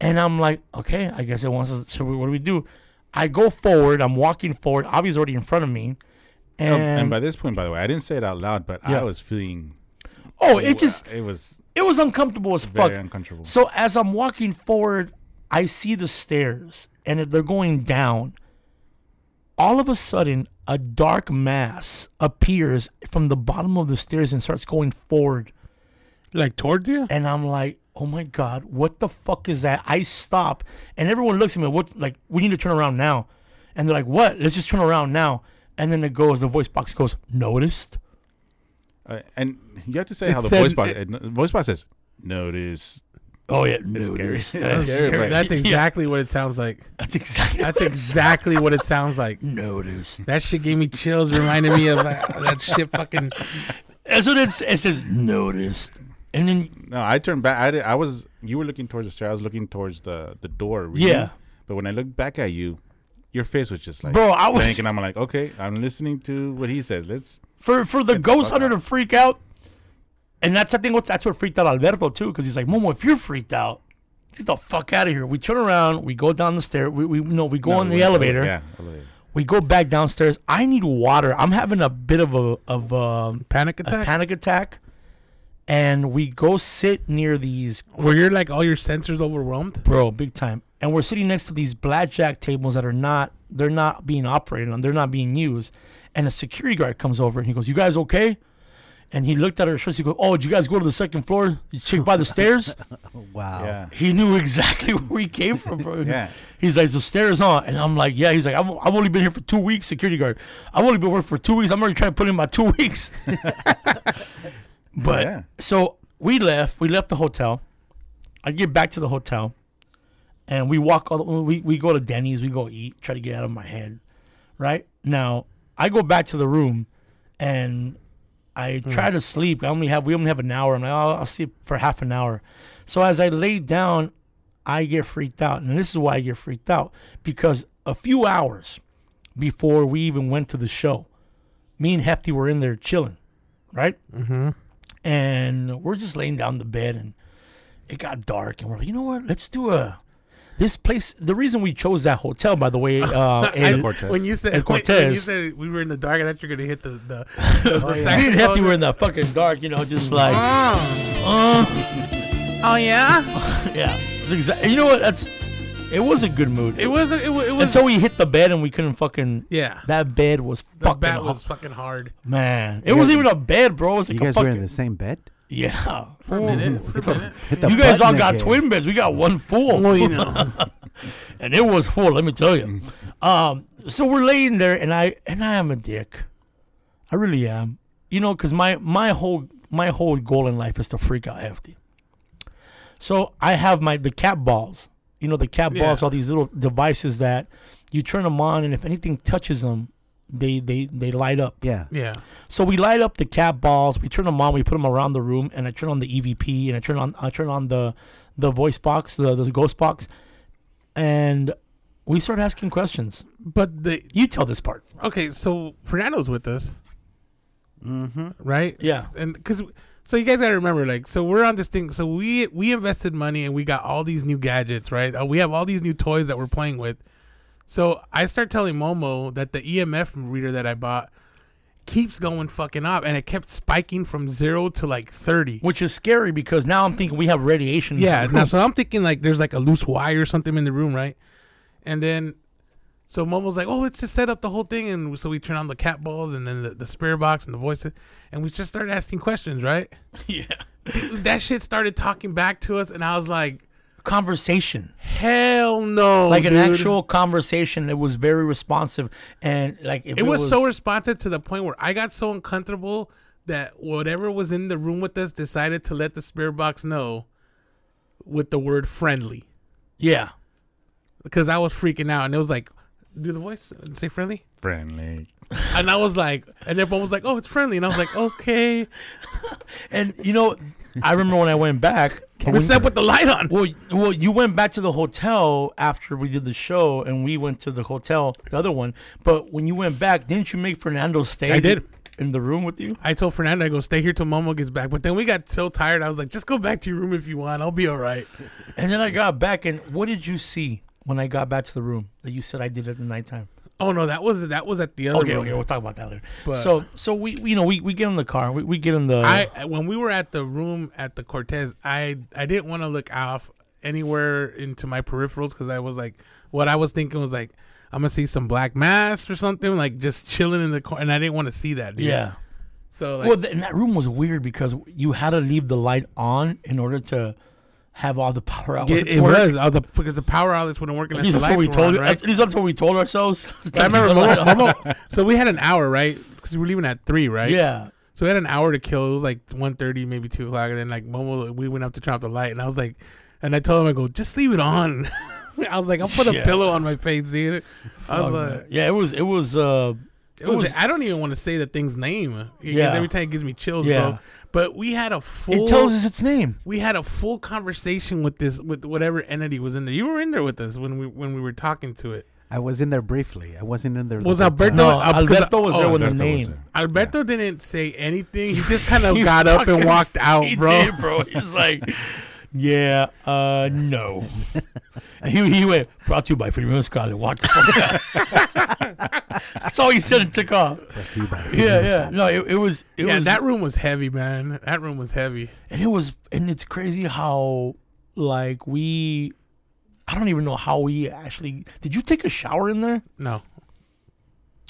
Speaker 2: And I'm like, okay, I guess it wants us. So what do we do? I go forward. I'm walking forward. Avi's already in front of me. And,
Speaker 5: Um, and by this point, by the way, I didn't say it out loud, but
Speaker 2: Yeah.
Speaker 5: I was feeling.
Speaker 2: oh, it just
Speaker 5: It was
Speaker 2: it was uncomfortable as
Speaker 5: very
Speaker 2: fuck.
Speaker 5: uncomfortable.
Speaker 2: So as I'm walking forward, I see the stairs and they're going down. All of a sudden, a dark mass appears from the bottom of the stairs and starts going forward.
Speaker 1: like towards you?
Speaker 2: And I'm like, oh my God, what the fuck is that? I stop and everyone looks at me, what, like, we need to turn around now. And they're like, what? Let's just turn around now. And then it goes, the voice box goes, noticed.
Speaker 5: Uh, and you have to say
Speaker 1: It
Speaker 5: how the
Speaker 1: said-
Speaker 5: voice box. It, voice box says notice.
Speaker 2: Oh, yeah,
Speaker 5: scary. [laughs]
Speaker 2: noticed.
Speaker 5: It's
Speaker 2: That's,
Speaker 5: scary, but-
Speaker 1: [laughs] That's
Speaker 2: Yeah.
Speaker 1: exactly what it sounds like.
Speaker 2: that's exactly
Speaker 1: That's exactly what it sounds like.
Speaker 2: [laughs] noticed.
Speaker 1: That shit gave me chills, reminded me of that, that shit fucking
Speaker 2: That's what it's, it says, noticed. And then
Speaker 5: No, I turned back. I, did, I was. You were looking towards the stair. I was looking towards the the door. reading.
Speaker 2: Yeah.
Speaker 5: But when I looked back at you, your face was just like
Speaker 2: Bro, I was-
Speaker 5: thinking. I'm like, okay, I'm listening to what he says. Let's.
Speaker 2: for for the
Speaker 5: the
Speaker 2: ghost
Speaker 5: fuck
Speaker 2: hunter to freak out, and that's I think what that's what freaked out Alberto too, because he's like, Momo, if you're freaked out, get the fuck out of here. We turn around, we go down the stair, we we no, we go on the elevator,
Speaker 5: Yeah. Elevator.
Speaker 2: we go back downstairs. I need water. I'm having a bit of a of um,
Speaker 1: panic
Speaker 2: a
Speaker 1: attack.
Speaker 2: panic attack, and we go sit near these
Speaker 1: where you're like all your sensors overwhelmed.
Speaker 2: bro, big time. And we're sitting next to these blackjack tables that are not they're not being operated on, they're not being used. And a security guard comes over and he goes, "You guys okay?" And he looked at our shirts. He goes, "Oh, did you guys go to the second floor? You check by the stairs."
Speaker 4: Oh,
Speaker 2: Oh.
Speaker 4: Wow.
Speaker 5: Yeah.
Speaker 2: He knew exactly [laughs] where he came from, bro.
Speaker 5: Yeah.
Speaker 2: He's like, "The stairs on," and I'm like, "Yeah." He's like, "I've, I've only been here for two weeks, security guard. I've only been working for two weeks. I'm already trying to put in my two [laughs] weeks." Oh, But
Speaker 5: Yeah.
Speaker 2: so we left. We left the hotel. I get back to the hotel, and we walk all. The, we we go to Denny's. We go eat. Try to get out of my head. Right now, I go back to the room, and I try to sleep. I only have we only have an hour. I'm like, oh, I'll sleep for half an hour. So as I lay down, I get freaked out, and this is why I get freaked out because a few hours before we even went to the show, me and Hefty were in there chilling, right?
Speaker 1: Mm-hmm.
Speaker 2: and we're just laying down in the bed and it got dark and we're like you know what let's do a this place the reason we chose that hotel by the
Speaker 1: [laughs]
Speaker 2: way uh,
Speaker 1: I-
Speaker 2: and [laughs]
Speaker 5: Cortez.
Speaker 1: When you said
Speaker 2: And
Speaker 1: when- When, you
Speaker 2: Cortez.
Speaker 1: said we were in the dark, I thought you were gonna hit the [laughs] the, the, the
Speaker 2: me and Hefty
Speaker 1: saxophone.
Speaker 2: were in the fucking dark you know just like
Speaker 1: Oh yeah,
Speaker 2: yeah It's exa- you know what that's it was a good mood
Speaker 1: it was it, wa- it was
Speaker 2: until we hit the bed and we couldn't fucking
Speaker 1: yeah.
Speaker 2: that bed was
Speaker 1: The
Speaker 2: fucking
Speaker 1: bat
Speaker 2: hot.
Speaker 1: was fucking hard.
Speaker 2: man it wasn't even a bed bro it was like
Speaker 4: You
Speaker 2: a
Speaker 4: guys were
Speaker 2: fucking
Speaker 4: in the same bed. [laughs]
Speaker 2: yeah
Speaker 1: For a minute, [laughs] for a minute.
Speaker 4: Hit the
Speaker 2: you guys all
Speaker 4: button
Speaker 2: got
Speaker 4: again. Mm. Oh,
Speaker 2: twin beds we got one full
Speaker 1: Well, you know,
Speaker 2: [laughs] and it was full. Let me tell you.
Speaker 4: Mm.
Speaker 2: Um, so we're laying there, and I and I am a dick. I really am. You know, because my my whole my whole goal in life is to freak out hefty. So I have my the cat balls. You know, the cat balls
Speaker 1: Yeah.
Speaker 2: are these little devices that you turn them on, and if anything touches them, they they they light up.
Speaker 4: Yeah.
Speaker 1: [laughs] yeah.
Speaker 2: So we light up the cat balls. We turn them on. We put them around the room, and I turn on the EVP, and I turn on I turn on the the voice box, the the ghost box, and we start asking questions.
Speaker 1: But the
Speaker 2: You tell this part.
Speaker 1: okay, so Fernando's with us, mm-hmm. right?
Speaker 2: Yeah.
Speaker 1: and because so you guys gotta remember, like, so we're on this thing. So we we invested money and we got all these new gadgets, right? Uh, We have all these new toys that we're playing with. So I start telling Momo that the EMF reader that I bought keeps going fucking up, and it kept spiking from zero to like thirty.
Speaker 2: Which is scary because now I'm thinking we have radiation. in the [laughs]
Speaker 1: Yeah,
Speaker 2: room.
Speaker 1: now so I'm thinking like there's like a loose wire or something in the room, right? And then so Momo's like, "Oh, let's just set up the whole thing." And so we turn on the cat balls and then the, the spirit box and the voices, and we just started asking questions, right?
Speaker 2: [laughs] yeah.
Speaker 1: that shit started talking back to us, and I was like,
Speaker 2: Conversation,
Speaker 1: "Hell no!"
Speaker 2: like an
Speaker 1: Oh, dude.
Speaker 2: actual conversation. It was very responsive and like if
Speaker 1: It was so responsive to the point where I got so uncomfortable that whatever was in the room with us decided to let the spirit box know with the word friendly.
Speaker 2: yeah.
Speaker 1: because I was freaking out, and it was like do the voice and say friendly?
Speaker 5: friendly.
Speaker 1: And I was like, and everyone was like, oh, it's friendly. And I was like, okay.
Speaker 2: And you know, I remember when I
Speaker 1: [laughs]
Speaker 2: went back.
Speaker 1: We sat with the light on.
Speaker 2: Well, well, you went back to the hotel after we did the show, and we went to the hotel, the other one. But when you went back, didn't you make Fernando stay?
Speaker 1: I did.
Speaker 2: in the room with you.
Speaker 1: I told Fernando, I go, stay here till Momo gets back. But then we got so tired. I was like, just go back to your room if you want. I'll be all right.
Speaker 2: And then I got back, and what did you see when I got back to the room that you said I did at the nighttime?
Speaker 1: Oh, no, that was that was at the other
Speaker 2: Okay,
Speaker 1: room.
Speaker 2: okay, we'll talk about that later.
Speaker 1: But-
Speaker 2: so, so we, we- you know, we, we get in the car, we, we get in the.
Speaker 1: I when we were at the room at the Cortez, I I didn't want to look off anywhere into my peripherals because I was like, what I was thinking was like, I'm gonna see some black mask or something, like just chilling in the corner, and I didn't want to see that. Dude.
Speaker 2: yeah.
Speaker 1: So like,
Speaker 2: Well, th- and that room was weird because you had to leave the light on in order to have all the power
Speaker 1: it,
Speaker 2: outlets
Speaker 1: it
Speaker 2: work.
Speaker 1: was uh, the, because the power outlets wouldn't work
Speaker 2: At
Speaker 1: unless
Speaker 2: least
Speaker 1: the
Speaker 2: that's what
Speaker 1: lights
Speaker 2: we
Speaker 1: were
Speaker 2: told.
Speaker 1: on, right?
Speaker 2: At least that's what we told ourselves.
Speaker 1: I remember
Speaker 2: [laughs]
Speaker 1: Momo, Momo- So we had an hour, right? Because we were leaving at three, right?
Speaker 2: Yeah.
Speaker 1: So we had an hour to kill. It was like 1.30, maybe two o'clock, and then like Momo, we went up to turn off the light, and I was like, and I told him, I go, just leave it on. [laughs] I was like, I'll put a
Speaker 2: Yeah.
Speaker 1: pillow on my face, dude. I was like,
Speaker 2: yeah, it was. It was. Uh,
Speaker 1: it was,
Speaker 2: was-
Speaker 1: I don't even want to say the thing's name because
Speaker 2: Yeah.
Speaker 1: every time it gives me chills,
Speaker 2: Yeah.
Speaker 1: bro. But we had a full.
Speaker 2: it tells us its name.
Speaker 1: we had a full conversation with this with whatever entity was in there. You were in there with us when we when we were talking to it.
Speaker 4: I was in there briefly. I wasn't in there. the
Speaker 1: Was
Speaker 4: whole
Speaker 1: Alberto?
Speaker 4: time.
Speaker 2: No,
Speaker 1: uh, 'cause-
Speaker 2: Alberto was there
Speaker 1: oh,
Speaker 2: when the
Speaker 5: Alberto
Speaker 2: name.
Speaker 5: was there.
Speaker 1: Alberto didn't say
Speaker 2: [laughs]
Speaker 1: anything. He just kind of got up and walked out,
Speaker 2: He
Speaker 1: bro.
Speaker 2: did, Oh, bro. He's like, [laughs] yeah, uh, no. And he he went brought to you by Freeman Scott and walked the fuck out. [laughs] That's all he said and took off.
Speaker 4: Too bad.
Speaker 2: Yeah, yeah. No, it, it was. It
Speaker 1: yeah,
Speaker 2: was
Speaker 1: that room was heavy, man. That room was heavy.
Speaker 2: and it was and it's crazy how like we i don't even know how we actually did you take a shower in there
Speaker 1: No,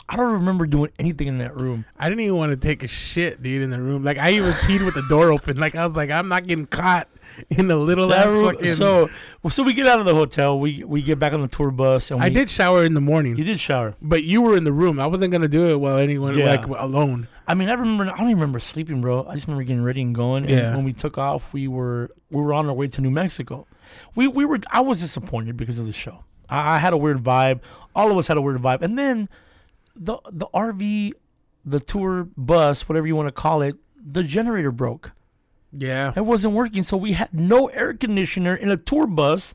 Speaker 2: i don't remember doing anything in that room
Speaker 1: I didn't even want to take a shit, dude, in the room. Like I even peed with the door open. Like I was like, I'm not getting caught in the little
Speaker 2: That
Speaker 1: ass
Speaker 2: room-
Speaker 1: fucking.
Speaker 2: so so we get out of the hotel we we get back on the tour bus and
Speaker 1: I
Speaker 2: we,
Speaker 1: did shower in the
Speaker 2: you
Speaker 1: morning,
Speaker 2: did shower
Speaker 1: but you were in the room. I wasn't gonna do it while anyone
Speaker 2: Yeah.
Speaker 1: like alone.
Speaker 2: i mean i remember i don't even remember sleeping bro i just remember getting ready and going and
Speaker 1: Yeah.
Speaker 2: when we took off we were we were on our way to new mexico we we were i was disappointed because of the show i, I had a weird vibe all of us had a weird vibe and then the the RV, the tour bus, whatever you want to call it, the generator broke.
Speaker 1: Yeah,
Speaker 2: It wasn't working, so we had no air conditioner in a tour bus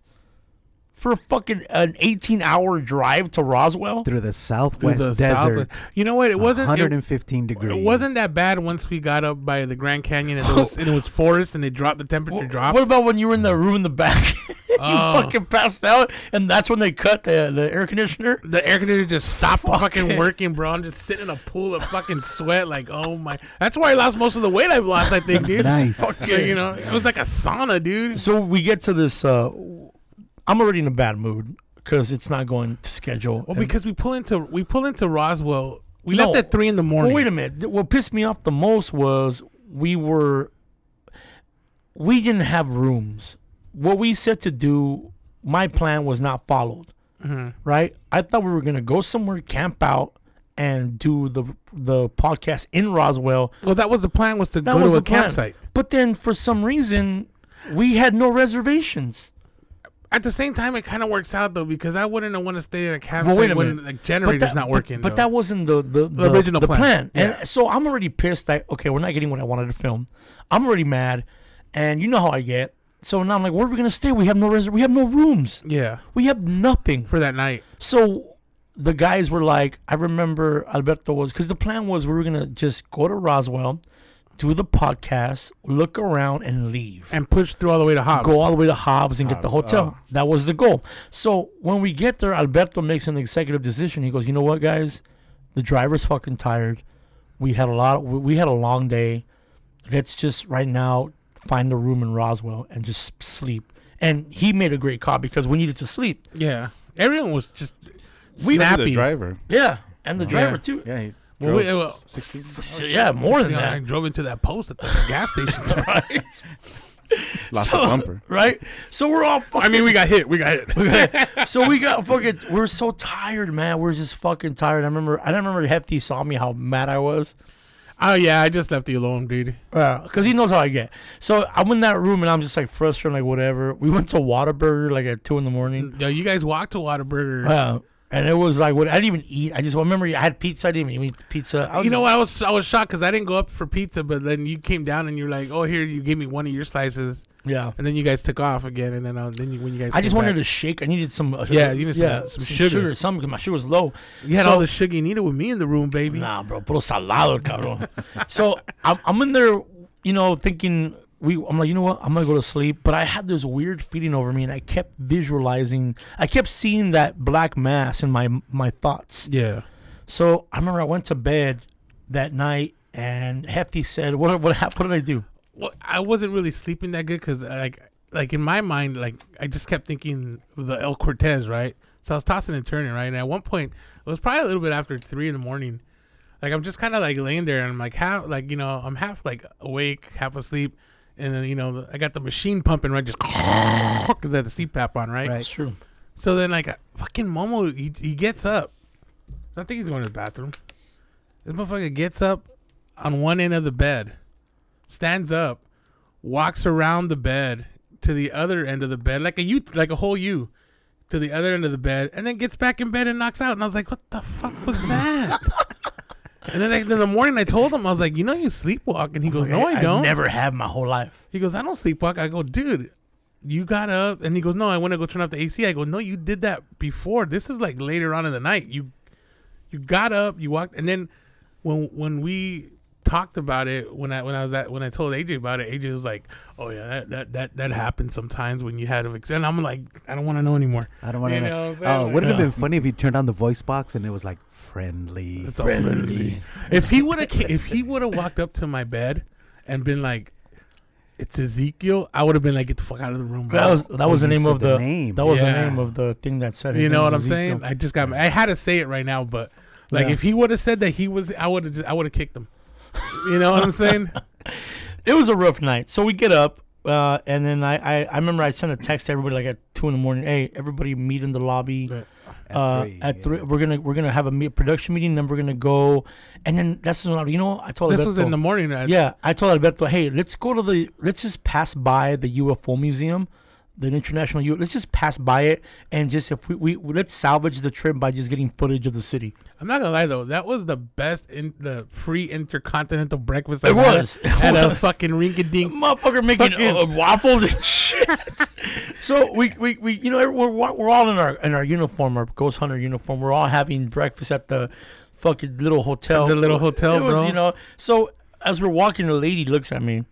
Speaker 2: for a fucking an 18 hour drive to Roswell.
Speaker 4: Through
Speaker 1: through
Speaker 4: the Southwest
Speaker 1: the
Speaker 4: desert.
Speaker 1: south- You know what? It wasn't. It,
Speaker 4: 115 degrees.
Speaker 1: it wasn't that bad once we got up by the Grand Canyon and it
Speaker 2: [laughs]
Speaker 1: was, and it was forest and they dropped the temperature
Speaker 2: Wh-
Speaker 1: dropped.
Speaker 2: What about when you were in the room in the back? [laughs] you
Speaker 1: Oh.
Speaker 2: fucking passed out, and that's when they cut the, the air conditioner.
Speaker 1: The air conditioner just stopped fucking working, bro. I'm just sitting in a pool of fucking sweat. Like, oh my. That's why I lost most of the weight I've lost, I think, dude.
Speaker 4: Nice.
Speaker 1: Fucking, you know, it was like a sauna, dude.
Speaker 2: So we get to this. Uh, I'm already in a bad mood because it's not going to schedule.
Speaker 1: Well,
Speaker 2: and-
Speaker 1: because we pull into we pull into Roswell. We
Speaker 2: No.
Speaker 1: left at three in the morning.
Speaker 2: Well, wait a minute. Th- What pissed me off the most was we were we didn't have rooms. What we said to do, my plan was not followed.
Speaker 1: Mm-hmm.
Speaker 2: Right? I thought we were gonna go somewhere, camp out, and do the the podcast in Roswell.
Speaker 1: Well, that was the plan was to
Speaker 2: That
Speaker 1: go
Speaker 2: was
Speaker 1: to a
Speaker 2: the plan.
Speaker 1: campsite.
Speaker 2: But then for some reason, we had no reservations.
Speaker 1: At the same time, it kind of works out though because I wouldn't want to stay at a
Speaker 2: Well,
Speaker 1: campsite
Speaker 2: wait a
Speaker 1: when
Speaker 2: minute.
Speaker 1: the generator's
Speaker 2: that-
Speaker 1: not working.
Speaker 2: But, but that wasn't the the, the,
Speaker 1: original
Speaker 2: the
Speaker 1: plan. Yeah.
Speaker 2: And so I'm already pissed that okay, we're not getting what I wanted to film. I'm already mad, and you know how I get. So now I'm like, where are we gonna stay? We have no res- we have no rooms.
Speaker 1: that yeah
Speaker 2: We have nothing.
Speaker 1: for that night.
Speaker 2: So the guys were like, I remember Alberto was because the plan was we were gonna just go to Roswell, do the podcast, look around, and leave
Speaker 1: And push through all the way to Hobbs. oh.
Speaker 2: go all the way to Hobbs and get the
Speaker 5: Hobbs,
Speaker 2: hotel. That was the goal. So when we get there, Alberto makes an executive decision. He goes, "You know what, guys? The driver's fucking tired. We had a lot. We we had a long day. Let's just right now find a room in Roswell and just sleep." And he made a great call because we needed to sleep.
Speaker 1: Yeah, everyone was just
Speaker 5: We the
Speaker 1: snappy.
Speaker 5: driver.
Speaker 2: Yeah, and the driver
Speaker 1: Yeah.
Speaker 2: too.
Speaker 5: Yeah, he
Speaker 1: Well, we-
Speaker 5: drove
Speaker 2: uh,
Speaker 1: well-
Speaker 5: s- 16.
Speaker 2: So, yeah, more than
Speaker 1: You know, I
Speaker 2: that.
Speaker 1: drove into that post at the gas station.
Speaker 2: [laughs] Right,
Speaker 5: Lost
Speaker 2: So-
Speaker 5: the bumper.
Speaker 2: [laughs] right. So we're all fucking.
Speaker 1: I mean, we got hit. We got hit.
Speaker 2: [laughs] so we got fucking. We're so tired, man. We're just fucking tired. I remember. I don't remember. Hefty saw me how mad I was
Speaker 1: [laughs] oh yeah, I just left you alone, dude.
Speaker 2: because he knows how I get. So I'm in that room and I'm just like frustrated, like whatever. We went to Whataburger like at two in the morning.
Speaker 1: Yo, you guys walked to Whataburger.
Speaker 2: Uh, and it was like what I didn't even eat. I just remember I had pizza. I didn't even eat pizza. I was
Speaker 1: you know
Speaker 2: just-
Speaker 1: what? I was I was shocked because I didn't go up for pizza, but then you came down and you're like, "Oh, here you gave me one of your slices,"
Speaker 2: Yeah.
Speaker 1: and then you guys took off again, and then uh, then you, when you guys
Speaker 2: I just
Speaker 1: came
Speaker 2: wanted
Speaker 1: back,
Speaker 2: to shake. I needed some. Uh,
Speaker 1: Yeah, you need some- some sugar.
Speaker 2: or something because my sugar was low.
Speaker 1: you had
Speaker 2: So-
Speaker 1: all the sugar you needed with me in the room, baby.
Speaker 2: Nah, bro, puro salado, cabrón. so I'm, I'm in there, you know, thinking we. I'm like, you know what? I'm gonna go to sleep. But I had this weird feeling over me, and I kept visualizing. I kept seeing that black mass in my my thoughts.
Speaker 1: Yeah,
Speaker 2: So I remember I went to bed that night, and Hefty said, "What what [laughs] hap- what did I do?"
Speaker 1: well, I wasn't really sleeping that good because like like in my mind, like I just kept thinking of the El Cortez, right? So I was tossing and turning, right? And at one point, it was probably a little bit after three in the morning. Like I'm just kind of like laying there, and I'm like half, like you know, I'm half like awake, half asleep, and then you know, I got the machine pumping, right? Just because I had the CPAP on, right?
Speaker 4: Right.
Speaker 2: true.
Speaker 1: So then, like, fucking Momo, he, he gets up. I think he's going to the bathroom. This motherfucker gets up on one end of the bed, stands up, walks around the bed to the other end of the bed, like a you, like a whole you, to the other end of the bed, and then gets back in bed and knocks out. And I was like, what the fuck was that? [laughs] and then, like, in the morning, I told him, I was like, you know, you sleepwalk. And he goes, Oh, no, I
Speaker 2: I've
Speaker 1: don't.
Speaker 2: never have my whole life.
Speaker 1: He goes, I don't sleepwalk. I go, dude, you got up. And he goes, No, I want to go turn off the AC. I go, No, you did that before. This is like later on in the night. You you got up, you walked, and then when when we talked about it, when I when I was at when I told AJ about it, AJ was like, Oh yeah, that that that, that happens sometimes when you had a and I'm like, I don't want to know anymore.
Speaker 4: I don't want
Speaker 1: You
Speaker 4: to.
Speaker 1: know what I'm
Speaker 4: Know,
Speaker 1: saying?
Speaker 4: oh, wouldn't it have
Speaker 2: Yeah.
Speaker 4: been funny if you turned on the voice box and it was like friendly.
Speaker 1: It's all friendly. if he would have if he would have walked up to my bed and been like it's Ezekiel. I would have been like, get the fuck out of the room. Bro. oh,
Speaker 2: That was that was the
Speaker 4: you
Speaker 2: name
Speaker 4: said
Speaker 2: of
Speaker 4: the
Speaker 2: the,
Speaker 4: name.
Speaker 2: that was
Speaker 1: Yeah.
Speaker 2: the name of the thing that said. his
Speaker 1: You know
Speaker 2: name
Speaker 1: what I'm
Speaker 2: was Ezekiel.
Speaker 1: saying? I just got. I had to say it right now, but like
Speaker 2: Yeah.
Speaker 1: if he would have said that he was, I would have. I would have kicked him. You know what I'm
Speaker 2: [laughs]
Speaker 1: saying?
Speaker 2: it was a rough night. So we get up, uh, and then I, I, I remember I sent a text to everybody like at two in the morning. Hey, everybody meet in the lobby.
Speaker 1: Right.
Speaker 4: At
Speaker 2: uh,
Speaker 4: three,
Speaker 2: at
Speaker 4: yeah.
Speaker 2: three, we're gonna we're gonna have a meet, production meeting. Then we're gonna go, and then that's when I, you know I told
Speaker 1: this
Speaker 2: Alberto,
Speaker 1: was in the morning. I-
Speaker 2: yeah I told Alberto hey let's go to the let's just pass by the UFO museum, the international U. Let's just pass by it and just if we, we let's salvage the trip by just getting footage of the city.
Speaker 1: I'm not gonna lie though, that was the best in the free intercontinental breakfast.
Speaker 2: It
Speaker 1: I've had
Speaker 2: was. [laughs] It
Speaker 1: at a
Speaker 2: was.
Speaker 1: fucking rink-a-dink.
Speaker 2: motherfucker making
Speaker 1: Fucking-
Speaker 2: uh, waffles and shit. [laughs] so we, we, we you know we're, we're all in our in our uniform, our ghost hunter uniform. We're all having breakfast at the fucking little hotel.
Speaker 1: The little hotel,
Speaker 2: It was,
Speaker 1: bro.
Speaker 2: You know. So as we're walking, the lady looks at me,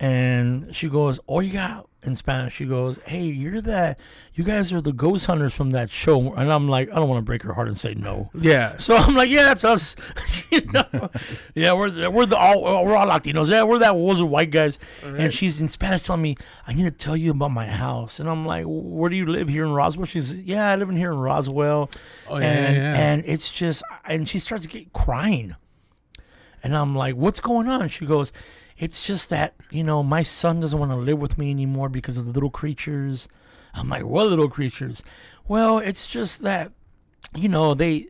Speaker 2: and she goes, "Oh, you got." In Spanish, she goes, "Hey, you're that. You guys are the ghost hunters from that show." And I'm like, I don't want to break her heart and say no.
Speaker 1: Yeah.
Speaker 2: [laughs] So I'm like, yeah, that's us. [laughs] you know? Yeah, we're the, we're the all we're all Latinos. Yeah, we're that those are white guys. And she's in Spanish telling me, I need to tell you about my house. And I'm like, where do you live here in Roswell? She's yeah, I live in here in Roswell.
Speaker 1: Oh, yeah,
Speaker 2: and
Speaker 1: yeah, yeah.
Speaker 2: and it's just and she starts getting crying. And I'm like, what's going on? She goes, it's just that, you know, my son doesn't want to live with me anymore because of the little creatures. I'm like, what little creatures? Well, it's just that, you know, they,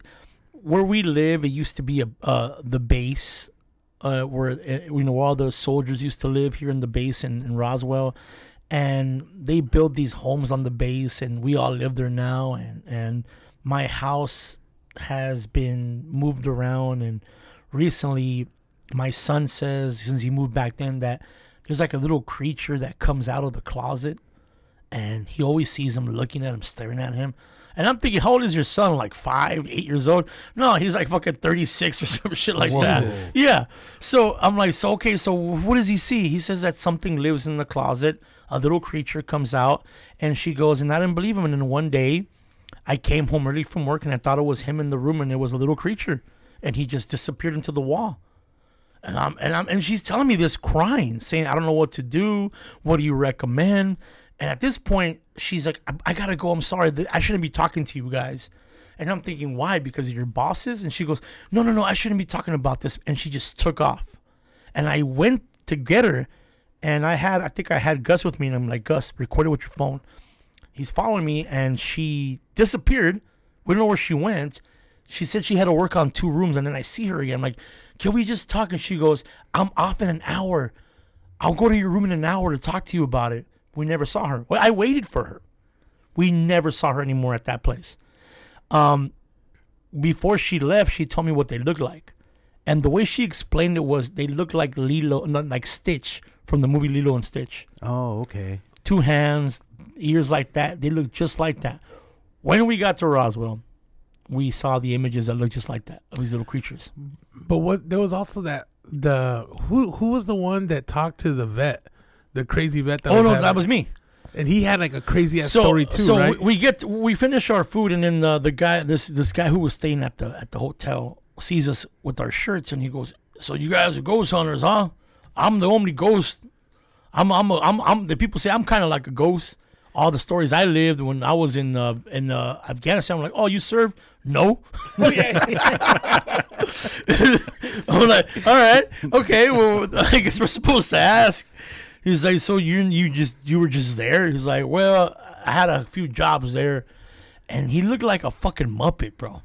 Speaker 2: where we live, it used to be a, uh, the base. Uh, where uh, you know all the soldiers used to live here in the base in, in Roswell, and they built these homes on the base, and we all live there now. And and my house has been moved around, and recently my son says since he moved back then that there's like a little creature that comes out of the closet and he always sees him looking at him staring at him and i'm thinking how old is your son like five eight years old no he's like fucking 36 or [laughs] some shit like that yeah so i'm like so okay so what does he see he says that something lives in the closet a little creature comes out and she goes and i didn't believe him and then one day I came home early from work and I thought it was him in the room and it was a little creature and he just disappeared into the wall. And I'm and I'm and she's telling me this crying, saying, I don't know what to do. What do you recommend? And at this point, she's like, I, I gotta go. I'm sorry. Th- I shouldn't be talking to you guys. And I'm thinking, why? Because of your bosses? And she goes, No, no, no, I shouldn't be talking about this. And she just took off. And I went to get her and I had I think I had Gus with me and I'm like, Gus, record it with your phone he's following me and she disappeared. We don't know where she went. She said she had to work on two rooms and then I see her again. I'm like, can we just talk? And she goes, I'm off in an hour. I'll go to your room in an hour to talk to you about it. We never saw her. Well, I waited for her. We never saw her anymore at that place. Um, before she left, she told me what they looked like, and the way she explained it was they looked like Lilo, not like Stitch from the movie Lilo and Stitch.
Speaker 4: Oh, okay.
Speaker 2: Two hands, ears like that. They look just like that. When we got to Roswell, we saw the images that looked just like that of these little creatures.
Speaker 1: But what there was also that the who who was the one that talked to the vet, the crazy vet that
Speaker 2: oh
Speaker 1: was
Speaker 2: no,
Speaker 1: having-
Speaker 2: that was me.
Speaker 1: and he had like a crazy ass story too,
Speaker 2: so
Speaker 1: right?
Speaker 2: we, we get we finish our food, and then uh, the guy this this guy who was staying at the at the hotel sees us with our shirts, and he goes, "So you guys are ghost hunters, huh? I'm the only ghost. I'm I'm a, I'm, I'm the people say I'm kind of like a ghost. All the stories I lived when I was in uh, in uh, Afghanistan, I'm like, oh, you served?
Speaker 1: [laughs]
Speaker 2: No. [laughs] I'm like, all right, okay. Well, [laughs] I guess we're supposed to ask. He's like, so you you just you were just there? He's like, well, I had a few jobs there, and he looked like a fucking muppet, bro.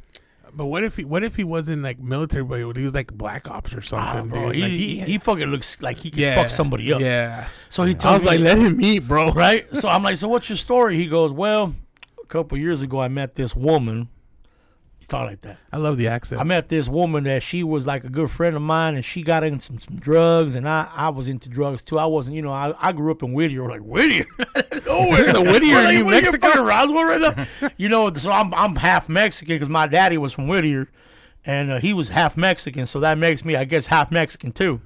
Speaker 1: but what if he what if he wasn't like military but he was like black ops or
Speaker 2: Ah,
Speaker 1: something,
Speaker 2: bro,
Speaker 1: dude?
Speaker 2: he,
Speaker 1: Like,
Speaker 2: he, he fucking looks like he could fuck somebody up.
Speaker 1: Yeah.
Speaker 2: So he
Speaker 1: I
Speaker 2: tells
Speaker 1: was like,
Speaker 2: me-
Speaker 1: let him eat, [laughs] bro.
Speaker 2: right? So I'm like, so what's your story? He goes, well, a couple years ago, I met this woman. He talked like that.
Speaker 1: I love the accent.
Speaker 2: I met this woman that she was like a good friend of mine, and she got into some, some drugs, and I, I was into drugs too. I wasn't, you know, I, I grew up in Whittier, like Whittier, [laughs]
Speaker 1: [laughs]
Speaker 2: nowhere.
Speaker 1: The Whittier
Speaker 2: We're like,
Speaker 1: in New
Speaker 2: Whittier,
Speaker 1: Mexico?
Speaker 2: fucking Roswell, right now. you know, so I'm I'm half Mexican because my daddy was from Whittier, and uh, he was half Mexican, so that makes me, I guess, half Mexican too.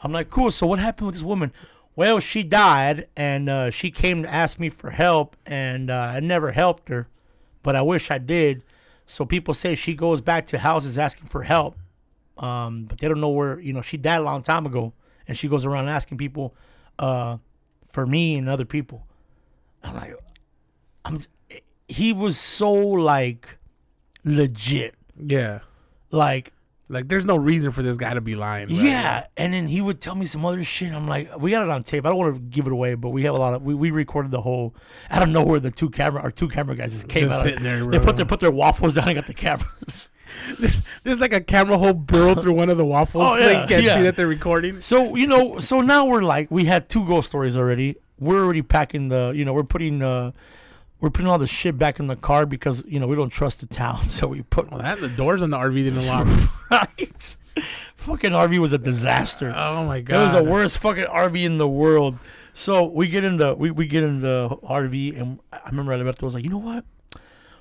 Speaker 2: I'm like, cool. So what happened with this woman? Well, she died, and uh, she came to ask me for help, and uh, I never helped her but I wish I did. So people say she goes back to houses asking for help, um, but they don't know where. You know, she died a long time ago, and she goes around asking people uh, for me and other people. I'm like, I'm. He was so like legit,
Speaker 1: yeah.
Speaker 2: like
Speaker 1: Like there's no reason for this guy to be lying. right?
Speaker 2: yeah, and then he would tell me some other shit. I'm like, we got it on tape. I don't want to give it away, but we have a lot of we, we recorded the whole. I don't know where the two camera our two camera guys just came
Speaker 1: Just
Speaker 2: out. of-
Speaker 1: sitting there,
Speaker 2: they
Speaker 1: bro.
Speaker 2: put their put their waffles down and got the cameras. [laughs]
Speaker 1: There's there's like a camera hole burrowed through one of the waffles [laughs]
Speaker 2: Oh,
Speaker 1: so
Speaker 2: yeah,
Speaker 1: you can't
Speaker 2: yeah.
Speaker 1: see that they're recording.
Speaker 2: so you know, so now we're like we had two ghost stories already. We're already packing the you know we're putting uh we're putting all the shit back in the car because you know we don't trust the town, [laughs] so we put
Speaker 1: Well, that the doors on the RV didn't lock.
Speaker 2: right. [laughs] Fucking RV was a disaster.
Speaker 1: oh my
Speaker 2: It was
Speaker 1: god.
Speaker 2: the worst fucking RV in the world. So we get in the we, we get in the RV and I I remember Alberto was like, you know what?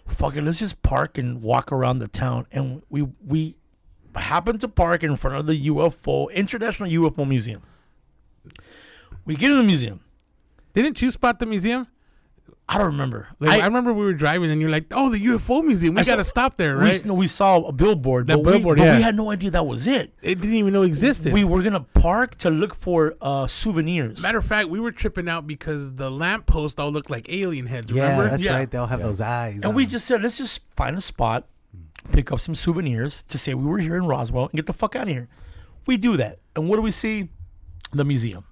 Speaker 2: Fuck it, let's just park and walk around the town. And we we happened to park in front of the UFO International UFO Museum. We get in the museum.
Speaker 1: Didn't you spot the museum?
Speaker 2: I don't remember.
Speaker 1: Like, I,
Speaker 2: I-
Speaker 1: remember we were driving and you're like, "Oh, the UFO museum. We
Speaker 2: I saw-
Speaker 1: got to stop there,
Speaker 2: we,
Speaker 1: right?"
Speaker 2: s- no, we saw a billboard.
Speaker 1: That
Speaker 2: but we-
Speaker 1: billboard,
Speaker 2: but
Speaker 1: yeah.
Speaker 2: we had no idea that was it.
Speaker 1: it didn't even know existed.
Speaker 2: We were gonna park to look for uh, souvenirs.
Speaker 1: Matter of fact, we were tripping out because the lampposts all looked like alien heads.
Speaker 4: Yeah,
Speaker 1: Remember?
Speaker 4: that's
Speaker 2: Yeah.
Speaker 4: right. They'll have those eyes.
Speaker 2: And
Speaker 4: on
Speaker 2: we
Speaker 4: them.
Speaker 2: just said, let's just find a spot, pick up some souvenirs to say we were here in Roswell and get the fuck out of here. We do that. And what do we see? The museum.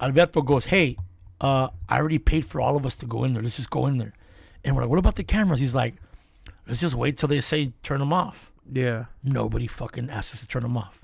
Speaker 2: Alberto goes, hey, uh, I already paid for all of us to go in there. Let's just go in there. And we're like, what about the cameras? He's like, let's just wait till they say turn them off.
Speaker 1: yeah.
Speaker 2: Nobody fucking asked us to turn them off.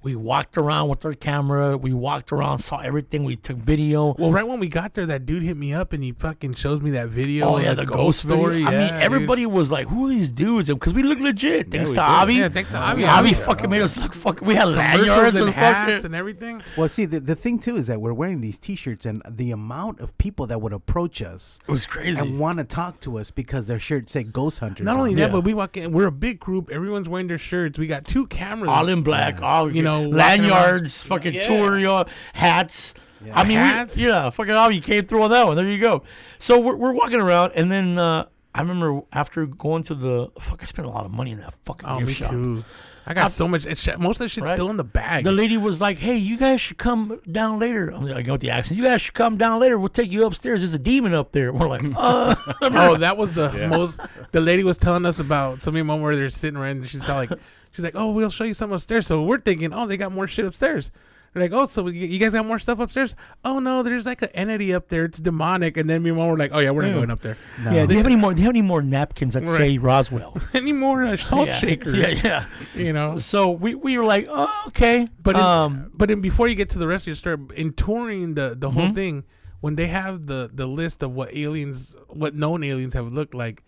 Speaker 2: We walked around with our camera. We walked around, saw everything. We took video.
Speaker 1: Well, right when we got there, that dude hit me up and he fucking shows me that video.
Speaker 2: Oh
Speaker 1: of
Speaker 2: yeah, the, ghost, story. I
Speaker 1: Yeah,
Speaker 2: mean,
Speaker 1: dude.
Speaker 2: everybody was like, "Who are these dudes?" Because we look legit. thanks
Speaker 5: we
Speaker 2: to
Speaker 5: did.
Speaker 2: Avi.
Speaker 1: Yeah, thanks to Avi.
Speaker 2: Avi
Speaker 1: Avi-
Speaker 2: fucking made us look fucking. We had
Speaker 1: Commercials
Speaker 2: lanyards
Speaker 1: and
Speaker 2: and
Speaker 1: hats
Speaker 2: fucking.
Speaker 1: and everything.
Speaker 4: Well, see, the, the thing too is that we're wearing these T-shirts, and the amount of people that would approach us
Speaker 2: It was crazy.
Speaker 4: and want to talk to us because their shirts say "Ghost Hunters."
Speaker 1: Not
Speaker 4: on
Speaker 1: only
Speaker 4: them.
Speaker 1: that,
Speaker 2: Yeah.
Speaker 1: but we walk in. We're a big group. Everyone's wearing their shirts. We got two cameras.
Speaker 2: all in black, all
Speaker 1: You know, walking
Speaker 2: lanyards, fucking tourio hats. I mean, we-
Speaker 1: Hats.
Speaker 2: yeah, fucking Avi came through on that one. There you go. So we're, we're walking around, and then uh, I remember after going to the fuck, I spent a lot of money in that fucking
Speaker 1: Oh,
Speaker 2: gift
Speaker 1: me
Speaker 2: shop.
Speaker 1: too. I got so much. It's, most of the shit's
Speaker 2: Right.
Speaker 1: still in the bag.
Speaker 2: The lady was like, "Hey, you guys should come down later." I'm like, "With the accent, you guys should come down later. We'll take you upstairs. There's a demon up there." [laughs] We're like, "Uh,
Speaker 1: oh, that was the most. The lady was telling us about some moment where they're sitting right, and she's all like, she's like, "Oh, we'll show you something upstairs." So we're thinking, "Oh, they got more shit upstairs." They're like, "Oh, so we- you guys got more stuff upstairs?" Oh no, there's like an entity up there. It's demonic. And then me and mom were like, "Oh yeah, we're not going up there
Speaker 2: yeah. Do you have any more? Do you have any more napkins that say [laughs] Roswell?
Speaker 1: [laughs] any more uh, salt
Speaker 2: yeah.
Speaker 1: shakers."
Speaker 2: Yeah, yeah.
Speaker 1: You know,
Speaker 2: So we, we were like, "Oh, okay."
Speaker 1: But in,
Speaker 2: um,
Speaker 1: but in before you get to the rest of your story, in touring the the
Speaker 2: Mm-hmm.
Speaker 1: whole thing, when they have the the list of what aliens, what known aliens have looked like,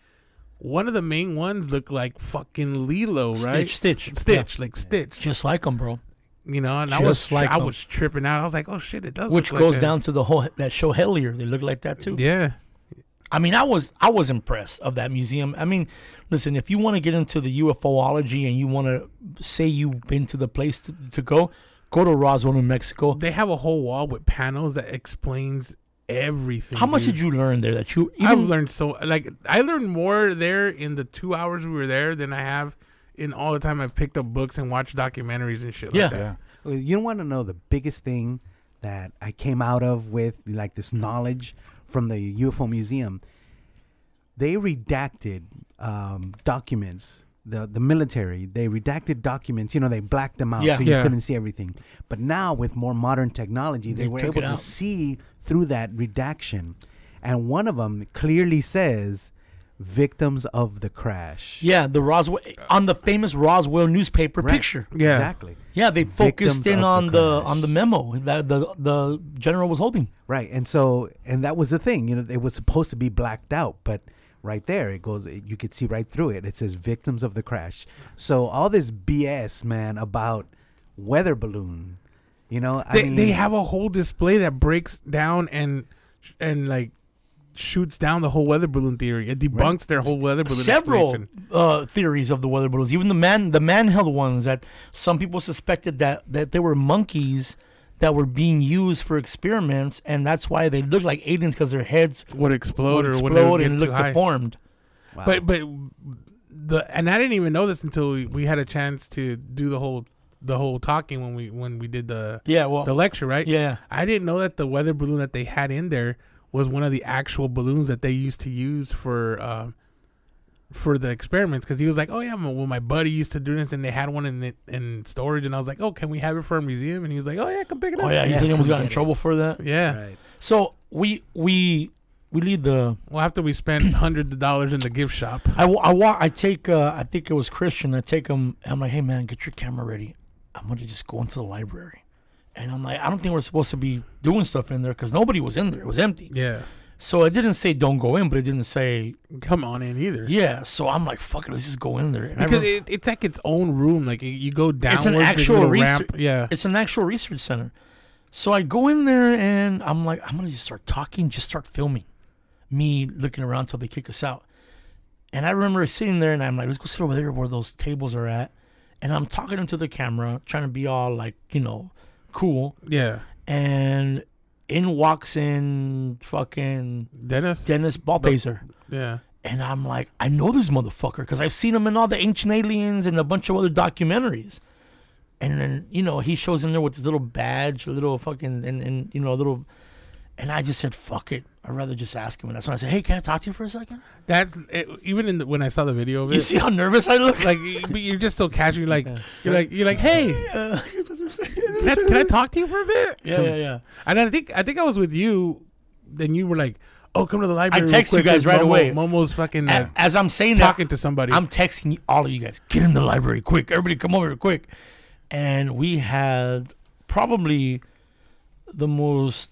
Speaker 1: one of the main ones looked like fucking Lilo, right?
Speaker 2: Stitch, Stitch.
Speaker 1: Stitch, like
Speaker 2: Yeah.
Speaker 1: Stitch.
Speaker 2: Just like him, bro.
Speaker 1: You know, and I
Speaker 2: Just
Speaker 1: was
Speaker 2: like
Speaker 1: I
Speaker 2: them.
Speaker 1: was tripping out. I was like, oh shit, it does.
Speaker 2: Which
Speaker 1: look like
Speaker 2: goes
Speaker 1: that.
Speaker 2: down to the whole that show Hellier. They look like that too.
Speaker 1: Yeah,
Speaker 2: I mean, I was I was impressed of that museum. I mean, listen, if you want to get into the UFOlogy and you want to say you've been to the place to, to go, go to Roswell, New Mexico.
Speaker 1: they have a whole wall with panels that explains everything.
Speaker 2: How much
Speaker 1: dude.
Speaker 2: did you learn there that you even
Speaker 1: I've learned so like I learned more there in the two hours we were there than I have in all the time I've picked up books and watched documentaries and shit
Speaker 2: Yeah.
Speaker 1: like that.
Speaker 5: Yeah.
Speaker 4: Well, You want to know the biggest thing that I came out of with like this knowledge from the UFO museum. They redacted um, documents. The the military they redacted documents. You know they blacked them out
Speaker 2: Yeah.
Speaker 4: so you
Speaker 1: Yeah.
Speaker 4: couldn't see everything. But now with more modern technology, they,
Speaker 2: They
Speaker 4: were
Speaker 2: took
Speaker 4: able
Speaker 2: it
Speaker 4: to
Speaker 2: out.
Speaker 4: see through that redaction, and one of them clearly says victims of the crash.
Speaker 2: Yeah, the Roswell on the famous Roswell newspaper
Speaker 4: Right.
Speaker 2: picture.
Speaker 1: Yeah.
Speaker 4: Exactly.
Speaker 2: Yeah, they focused
Speaker 4: Victims
Speaker 2: in
Speaker 4: of
Speaker 2: on
Speaker 4: the
Speaker 2: the,
Speaker 4: crash.
Speaker 2: on the memo that the the general was holding.
Speaker 4: Right. And so, and that was the thing, you know, it was supposed to be blacked out, but right there it goes, you could see right through it. It says victims of the crash. So, all this BS, man, about weather balloon, you know,
Speaker 1: They,
Speaker 4: I mean,
Speaker 1: they have a whole display that breaks down and and like shoots down the whole weather balloon theory. It debunks their whole weather balloon.
Speaker 2: several
Speaker 1: explanation.
Speaker 2: uh, theories of the weather balloons. Even the man, the manheld ones that some people suspected that that they were monkeys that were being used for experiments, and that's why they look like aliens because their heads
Speaker 1: would explode
Speaker 2: would
Speaker 1: or
Speaker 2: explode and
Speaker 1: look
Speaker 2: look deformed.
Speaker 4: wow.
Speaker 1: But but the and I didn't even know this until we, we had a chance to do the whole the whole talking when we when we did the
Speaker 2: Yeah, well,
Speaker 1: the lecture right.
Speaker 2: yeah,
Speaker 1: I didn't know that the weather balloon that they had in there was one of the actual balloons that they used to use for um for the experiments. Because he was like, "Oh yeah, my, well my buddy used to do this, and they had one in it in storage." And I was like, "Oh, can we have it for a museum?" And he was like, "Oh yeah, come pick it up."
Speaker 2: oh yeah, you
Speaker 4: Yeah,
Speaker 2: think almost got in
Speaker 4: forget it.
Speaker 2: trouble for that?
Speaker 1: yeah.
Speaker 4: right.
Speaker 2: So we we we leave the
Speaker 1: Well, after we [coughs] spent hundreds of dollars in the gift shop,
Speaker 2: I, wa- I walk. I take. Uh, I think it was Christian. I take him. I'm like, hey man, get your camera ready. I'm gonna just go into the library, and I'm like, I don't think we're supposed to be doing stuff in there because nobody was in there. It was empty.
Speaker 1: yeah,
Speaker 2: So it didn't say don't go in, but it didn't say
Speaker 1: come on in either.
Speaker 2: yeah. So I'm like, fuck it, let's just go in there. And I
Speaker 1: Because
Speaker 2: remember-
Speaker 1: it, it's like its own room. Like you- you go downwards. there's a
Speaker 2: actual
Speaker 1: little
Speaker 2: research-
Speaker 1: ramp. Yeah.
Speaker 2: It's an actual research center. So I go in there and I'm like, I'm gonna just start talking, just start filming. Me looking around till they kick us out. And I remember sitting there and I'm like, let's go sit over there where those tables are at. And I'm talking into the camera, trying to be all like, you know, cool.
Speaker 1: Yeah.
Speaker 2: And in walks in fucking
Speaker 1: Dennis.
Speaker 2: Dennis Ballpazer.
Speaker 1: yeah.
Speaker 2: And I'm like, I know this motherfucker because I've seen him in all the Ancient Aliens and a bunch of other documentaries. And then, you know, he shows in there with his little badge, a little fucking, and, and you know, a little. And I just said, fuck it. I'd rather just ask him. And that's when I said, hey, can I talk to you for a second?
Speaker 1: That's it, even in the, when I saw the video of it.
Speaker 2: You see how nervous I [laughs] look?
Speaker 1: like you- but you're just so casual. Like you're like you're like, hey,
Speaker 2: Uh,
Speaker 1: can I, can I talk to you for a bit?
Speaker 2: yeah, yeah, yeah.
Speaker 1: And I think I think I was with you. Then you were like, oh, come to the library. real
Speaker 2: text you
Speaker 1: quick,
Speaker 2: guys
Speaker 1: 'cause
Speaker 2: right
Speaker 1: Momo-
Speaker 2: away.
Speaker 1: Momo's fucking
Speaker 2: A-
Speaker 1: uh,
Speaker 2: As I'm saying that,
Speaker 1: talking to somebody.
Speaker 2: I'm texting you- all of you guys. Get in the library quick. Everybody come over here quick. And we had probably the most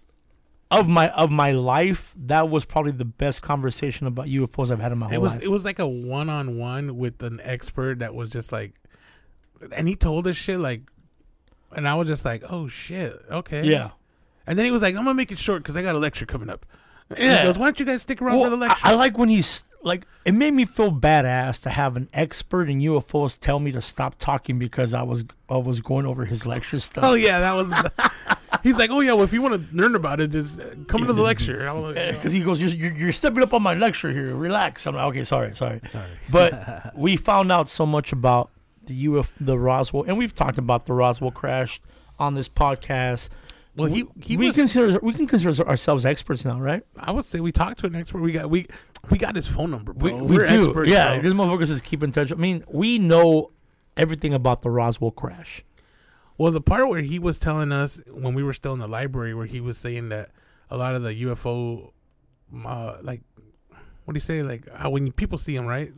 Speaker 2: of my of my life. That was probably the best conversation about UFOs I've had in my whole
Speaker 1: it was
Speaker 2: life.
Speaker 1: it was like a one on one with an expert that was just like, and he told us shit like, and I was just like, oh shit, okay,
Speaker 2: yeah.
Speaker 1: And then he was like, I'm gonna make it short because I got a lecture coming up.
Speaker 2: Yeah.
Speaker 1: He goes, why don't you guys stick around for the
Speaker 2: Well, I,
Speaker 1: lecture?
Speaker 2: I like when he's like it made me feel badass to have an expert in UFOs tell me to stop talking because I was I was going over his lecture stuff.
Speaker 1: Oh yeah, that was. [laughs] He's like, oh yeah, well if you want to learn about it, just uh, come [laughs] to the lecture. I was like,
Speaker 2: because he goes, you're, you're, you're stepping up on my lecture here. Relax. I'm like, okay, sorry, sorry, sorry.
Speaker 1: [laughs]
Speaker 2: But we found out so much about the UF, the Roswell, and we've talked about the Roswell crash on this podcast.
Speaker 1: Well, he he
Speaker 2: we
Speaker 1: was.
Speaker 2: consider we can consider ourselves experts now, right?
Speaker 1: I would say we talked to an expert. We got we we got his phone number, bro.
Speaker 2: we
Speaker 1: We're
Speaker 2: do.
Speaker 1: experts,
Speaker 2: yeah,
Speaker 1: bro.
Speaker 2: this motherfucker says keep in touch. I mean, we know everything about the Roswell crash.
Speaker 1: Well, the part where he was telling us when we were still in the library, where he was saying that a lot of the UFO, uh, like, what do you say, like how when people see them, right?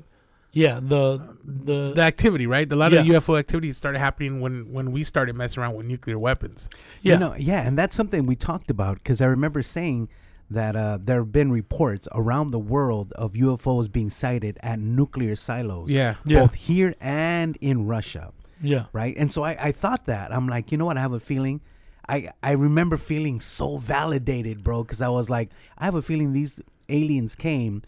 Speaker 2: Yeah, the the
Speaker 1: The activity, right? A lot of
Speaker 2: Yeah.
Speaker 1: UFO activities started happening when when we started messing around with nuclear weapons.
Speaker 2: yeah
Speaker 4: You know, yeah, and that's something we talked about because I remember saying that uh, there have been reports around the world of UFOs being sighted at nuclear silos,
Speaker 1: Yeah.
Speaker 2: Yeah.
Speaker 4: both here and in Russia,
Speaker 2: Yeah.
Speaker 4: right? And so I, I thought that I'm like, you know what? I have a feeling. I I remember feeling so validated, bro, because I was like, I have a feeling these aliens came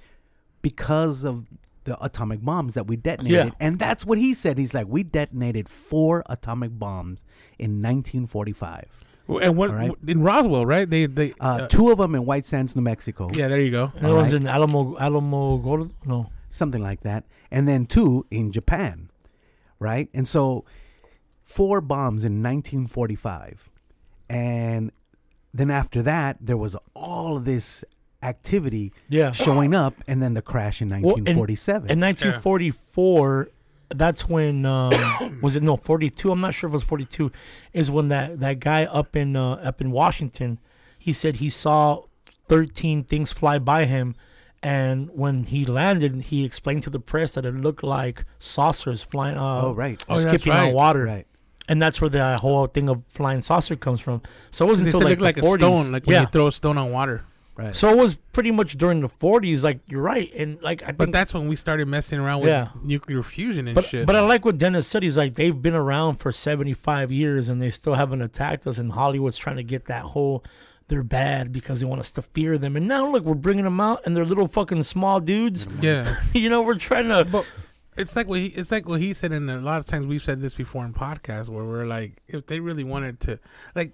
Speaker 4: because of the atomic bombs that we detonated,
Speaker 2: Yeah.
Speaker 4: and that's what he said. He's like, we detonated four atomic bombs in 1945.
Speaker 1: Well, And what
Speaker 4: All right.
Speaker 1: in Roswell, right? They they
Speaker 4: Uh,
Speaker 1: uh,
Speaker 4: two of them in White Sands, New Mexico.
Speaker 1: yeah. There you go.
Speaker 2: Another one's
Speaker 4: Alright.
Speaker 2: in Alamo Alamo Gordo. No.
Speaker 4: something like that, and then two in Japan, right? And so four bombs in 1945. And then after that, there was all of this activity
Speaker 2: Yeah.
Speaker 4: showing up, and then the crash in
Speaker 2: Well, in-
Speaker 4: 1947.
Speaker 2: In 1944, that's
Speaker 1: [coughs]
Speaker 2: when um, was it? No, 42. I'm not sure if it was 42. Is when that that guy up in uh, up in Washington, he said he saw 13 things fly by him, and when he landed, he explained to the press that it looked like saucers flying. Uh,
Speaker 4: oh, right.
Speaker 1: Oh, that's
Speaker 2: skipping on
Speaker 1: right.
Speaker 2: water.
Speaker 4: Right.
Speaker 2: And that's where the whole thing of flying saucer comes from. So it
Speaker 1: They
Speaker 2: wasn't
Speaker 1: said
Speaker 2: until like,
Speaker 1: look like
Speaker 2: the
Speaker 1: a
Speaker 2: 40s.
Speaker 1: stone, like when
Speaker 2: yeah.
Speaker 1: you throw a stone on water.
Speaker 4: Right.
Speaker 2: so it was pretty much during the 40s. Like you're right, and like I think
Speaker 1: But that's when we started messing around with
Speaker 2: Yeah.
Speaker 1: nuclear fusion and
Speaker 2: But,
Speaker 1: shit.
Speaker 2: but I like what Dennis said. He's like they've been around for seventy five years and they still haven't attacked us. And Hollywood's trying to get that whole they're bad because they want us to fear them. And now look, we're bringing them out and they're little fucking small dudes.
Speaker 1: yeah.
Speaker 2: [laughs] you know, we're trying to.
Speaker 1: But it's like what he it's like what he said, and a lot of times we've said this before in podcasts where we're like, if they really wanted to, like,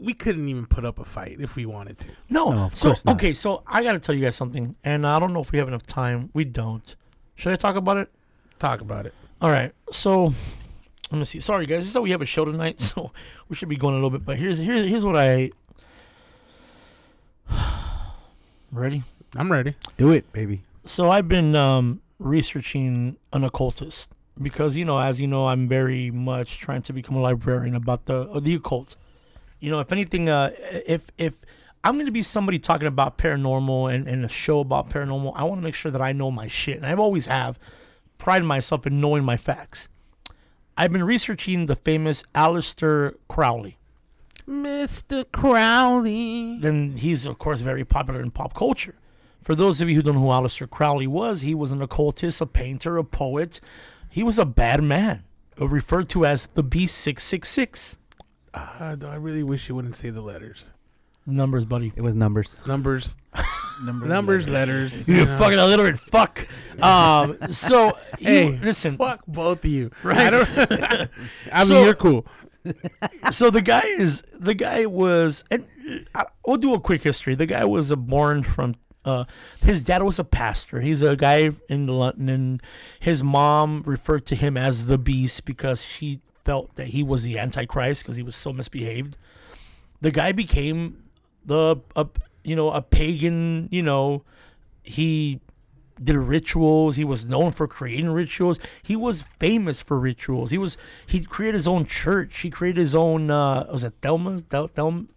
Speaker 1: we couldn't even put up a fight if we wanted to.
Speaker 2: No,
Speaker 4: No, of
Speaker 2: so
Speaker 4: course not.
Speaker 2: okay, so I gotta tell you guys something, and I don't know if we have enough time. We don't. Should I talk about it?
Speaker 1: Talk about it.
Speaker 2: All right, so let me see. Sorry, guys, just that we have a show tonight, [laughs] so we should be going a little bit. But here's here's here's what I. [sighs] Ready?
Speaker 1: I'm ready.
Speaker 4: Do it, baby.
Speaker 2: So I've been um, researching an occultist because you know, as you know, I'm very much trying to become a librarian about the uh, the occult. You know, if anything, uh, if if I'm going to be somebody talking about paranormal and, and a show about paranormal, I want to make sure that I know my shit, and I've always have prided myself in knowing my facts. I've been researching the famous Aleister Crowley
Speaker 1: Mr. Crowley.
Speaker 2: then he's of course very popular in pop culture. For those of you who don't know who Aleister Crowley was, he was an occultist, a painter, a poet. He was a bad man, uh, referred to as the B666.
Speaker 1: Uh, I really wish you wouldn't say the letters.
Speaker 2: Numbers, buddy.
Speaker 4: It was numbers.
Speaker 1: Numbers, [laughs] numbers, letters.
Speaker 2: You
Speaker 1: know.
Speaker 2: fucking illiterate fuck. Um, so, he-
Speaker 1: Hey,
Speaker 2: listen.
Speaker 1: Fuck both of you.
Speaker 2: Right.
Speaker 1: I,
Speaker 2: [laughs]
Speaker 1: don't, [laughs] I mean,
Speaker 2: So-
Speaker 1: you're cool.
Speaker 2: so the guy is the guy was and uh, I, we'll do a quick history the guy was uh, born from uh, his dad was a pastor he's a guy in london and his mom referred to him as the beast because she felt that he was the antichrist because he was so misbehaved the guy became the a, you know a pagan you know he did rituals he was known for creating rituals he was famous for rituals he was he created his own church he created his own uh was it Thelma Del, Thelm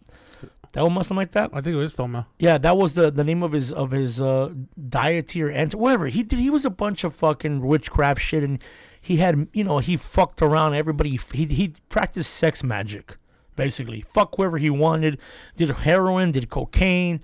Speaker 2: Thelma something like that
Speaker 1: I think it was Thelma.
Speaker 2: yeah that was the the name of his of his uh deity or ant whatever he did he was a bunch of fucking witchcraft shit and he had you know he fucked around everybody he he practiced sex magic basically fuck whoever he wanted did heroin did cocaine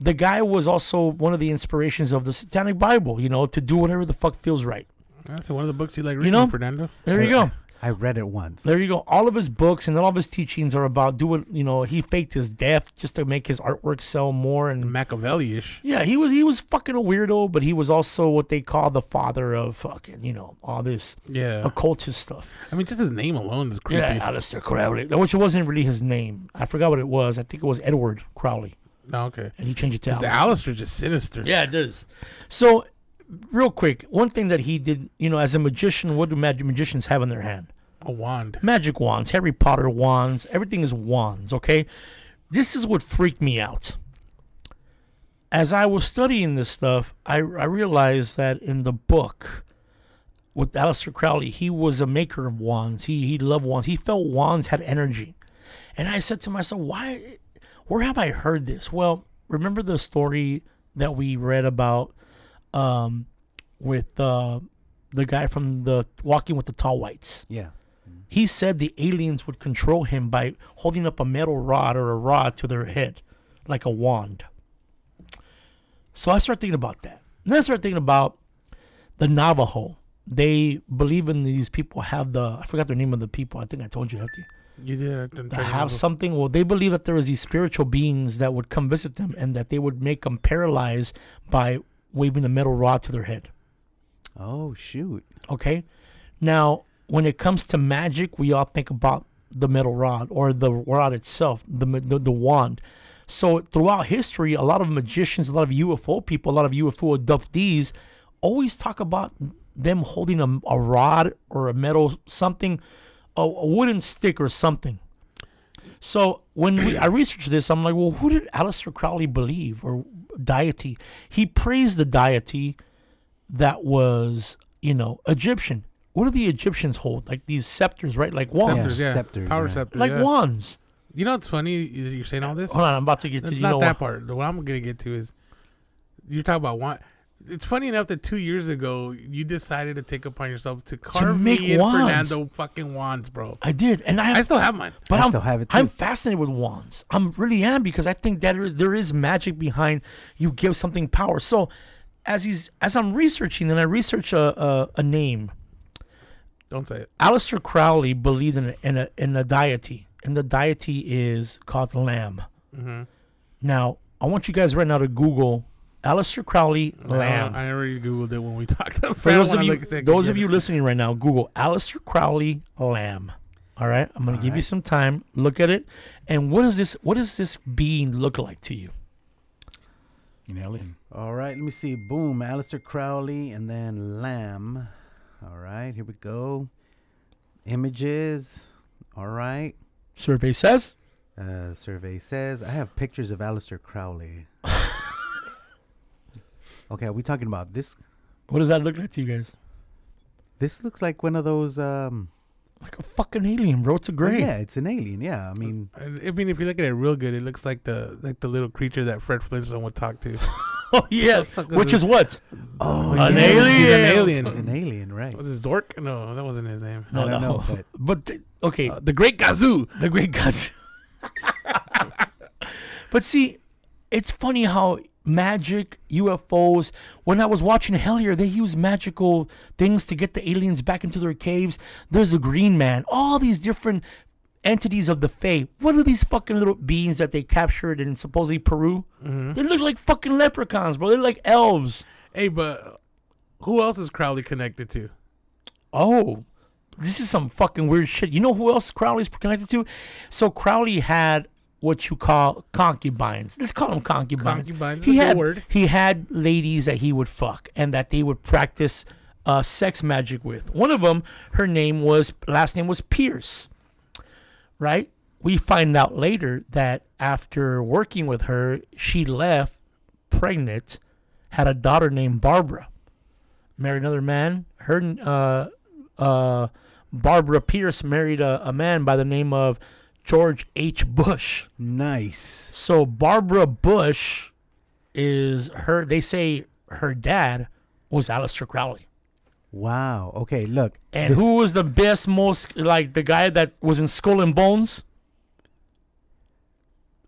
Speaker 2: the guy was also one of the inspirations of the satanic bible you know to do whatever the fuck feels right
Speaker 1: That's one of the books you like reading,
Speaker 2: You know?
Speaker 1: Fernando.
Speaker 2: there you go
Speaker 4: I read it once.
Speaker 2: there you go. All of his books and all of his teachings are about doing. You know, he faked his death just to make his artwork sell more. And
Speaker 1: Machiavelli-ish.
Speaker 2: yeah, he was he was fucking a weirdo, but he was also what they call the father of fucking you know all this
Speaker 1: Yeah.
Speaker 2: occultist stuff.
Speaker 1: I mean, just his name alone is creepy.
Speaker 2: Yeah, Aleister Crowley, which wasn't really his name. I forgot what it was. I think it was Edward Crowley,
Speaker 1: No, Oh, okay.
Speaker 2: and he changed it to
Speaker 1: The
Speaker 2: Aleister.
Speaker 1: Alistair's just sinister.
Speaker 2: Yeah, it is. So, real quick, one thing that he did, you know, as a magician, what do mag- magicians have in their hand?
Speaker 1: A wand.
Speaker 2: magic wands, Harry Potter wands, everything is wands, okay? This is what freaked me out. As I was studying this stuff, I, I realized that in the book with Aleister Crowley, he was a maker of wands. He, he loved wands. He felt wands had energy. And I said to myself, why, where have I heard this? Well, remember the story that we read about um, with uh, the guy from the Walking with the Tall Whites?
Speaker 4: yeah.
Speaker 2: He said the aliens would control him by holding up a metal rod or a rod to their head, like a wand. So I start thinking about that. And then I start thinking about the Navajo. They believe in these people have the I forgot their name of the people. I think I told you, Hefty.
Speaker 1: You did. I'm trying to
Speaker 2: They have
Speaker 1: remember.
Speaker 2: something. Well, they believe that there was these spiritual beings that would come visit them and that they would make them paralyzed by waving a metal rod to their head.
Speaker 4: Oh shoot.
Speaker 2: Okay. Now, when it comes to magic, we all think about the metal rod or the rod itself, the ma- the, the wand. So throughout history, a lot of magicians, a lot of UFO people, a lot of UFO abductees always talk about them holding a, a rod or a metal something, a, a wooden stick or something. So when we, I researched this, I'm like, well, who did Aleister Crowley believe or deity? He praised the deity that was, you know, Egyptian. What do the Egyptians hold? Like these scepters, right? Like wands.
Speaker 1: Scepters, yeah.
Speaker 4: Scepters,
Speaker 1: Power
Speaker 4: yeah.
Speaker 1: scepters.
Speaker 2: Like
Speaker 1: yeah.
Speaker 2: wands.
Speaker 1: You know what's funny? You- You're saying all this.
Speaker 2: Hold on, I'm about to get
Speaker 1: It's
Speaker 2: to you
Speaker 1: not
Speaker 2: know
Speaker 1: that
Speaker 2: what-
Speaker 1: part. The What I'm gonna get to is you're talking about one. It's funny enough that two years ago you decided to take upon yourself to carve
Speaker 2: make
Speaker 1: me and
Speaker 2: wands.
Speaker 1: Fernando fucking wands, bro.
Speaker 2: I did, and I,
Speaker 1: I still have mine.
Speaker 2: but
Speaker 4: I
Speaker 2: am
Speaker 4: still have it
Speaker 2: I'm
Speaker 4: too.
Speaker 2: fascinated with wands. I'm really am because I think that there- there is magic behind you give something power. So, as he's as I'm researching, and I research a a, a name.
Speaker 1: Don't say it.
Speaker 2: Aleister Crowley believed in a, in a in a deity, and the deity is called Lamb.
Speaker 1: Mm-hmm.
Speaker 2: Now, I want you guys right now to Google Aleister Crowley Lamb.
Speaker 1: I already googled it when we [laughs] talked. About
Speaker 2: For
Speaker 1: it. I don't
Speaker 2: those of
Speaker 1: wanna
Speaker 2: you,
Speaker 1: look at it
Speaker 2: those of
Speaker 1: again.
Speaker 2: you listening right now, Google Aleister Crowley Lamb. All right, I'm going to give you some time. Look at it, and what is this? What does this being look like to you?
Speaker 5: An alien.
Speaker 4: All right, let me see. Boom, Aleister Crowley and then Lamb. All right, here we go. Images. All right.
Speaker 2: Survey says
Speaker 4: Uh, survey says I have pictures of
Speaker 2: [laughs]
Speaker 4: Aleister Crowley. okay, are we talking about this?
Speaker 2: what does that look like to you guys?
Speaker 4: This looks like one of those. Um,
Speaker 2: Like a fucking alien, bro. It's a
Speaker 4: well,
Speaker 2: gray.
Speaker 4: Oh, yeah, it's an alien. Yeah, I mean,
Speaker 1: I I mean, if you look at it real good, it looks like the like the little creature that Fred Flintstone would talk
Speaker 2: [laughs]
Speaker 1: to.
Speaker 2: [laughs] Oh yeah, which is what?
Speaker 4: oh,
Speaker 2: An
Speaker 4: yeah,
Speaker 1: He's an
Speaker 2: alien. Oh,
Speaker 4: It's
Speaker 1: alien.
Speaker 4: an alien, right?
Speaker 1: Was this Dork? No, that wasn't his name.
Speaker 4: I don't know, but
Speaker 2: But th- okay,
Speaker 1: Uh, the Great Gazoo.
Speaker 2: The great Gatsby. but see, it's funny how magic, UFOs, when I was watching Hellier, they use magical things to get the aliens back into their caves. There's the Green Man, all these different entities of the Fae. What are these fucking little beings that they captured in supposedly Peru? They look like fucking leprechauns, bro. They're like elves.
Speaker 1: Hey, but who else is Crowley connected to?
Speaker 2: Oh, this is some fucking weird shit. You know who else Crowley's connected to? So Crowley had what you call concubines. Let's call them concubines.
Speaker 1: Concubines is
Speaker 2: He
Speaker 1: a good
Speaker 2: had
Speaker 1: word.
Speaker 2: he had ladies that he would fuck and that they would practice uh, sex magic with. One of them, her name was last name was Pierce. Right? We find out later that after working with her, she left pregnant, had a daughter named Barbara married another man. Her uh, uh, Barbara Pierce married a, a man by the name of George H. Bush.
Speaker 4: nice.
Speaker 2: So Barbara Bush is her. They say her dad was Aleister Crowley.
Speaker 4: Wow. Okay, look.
Speaker 2: And
Speaker 4: this-
Speaker 2: who was the best, most like the guy that was in Skull and Bones?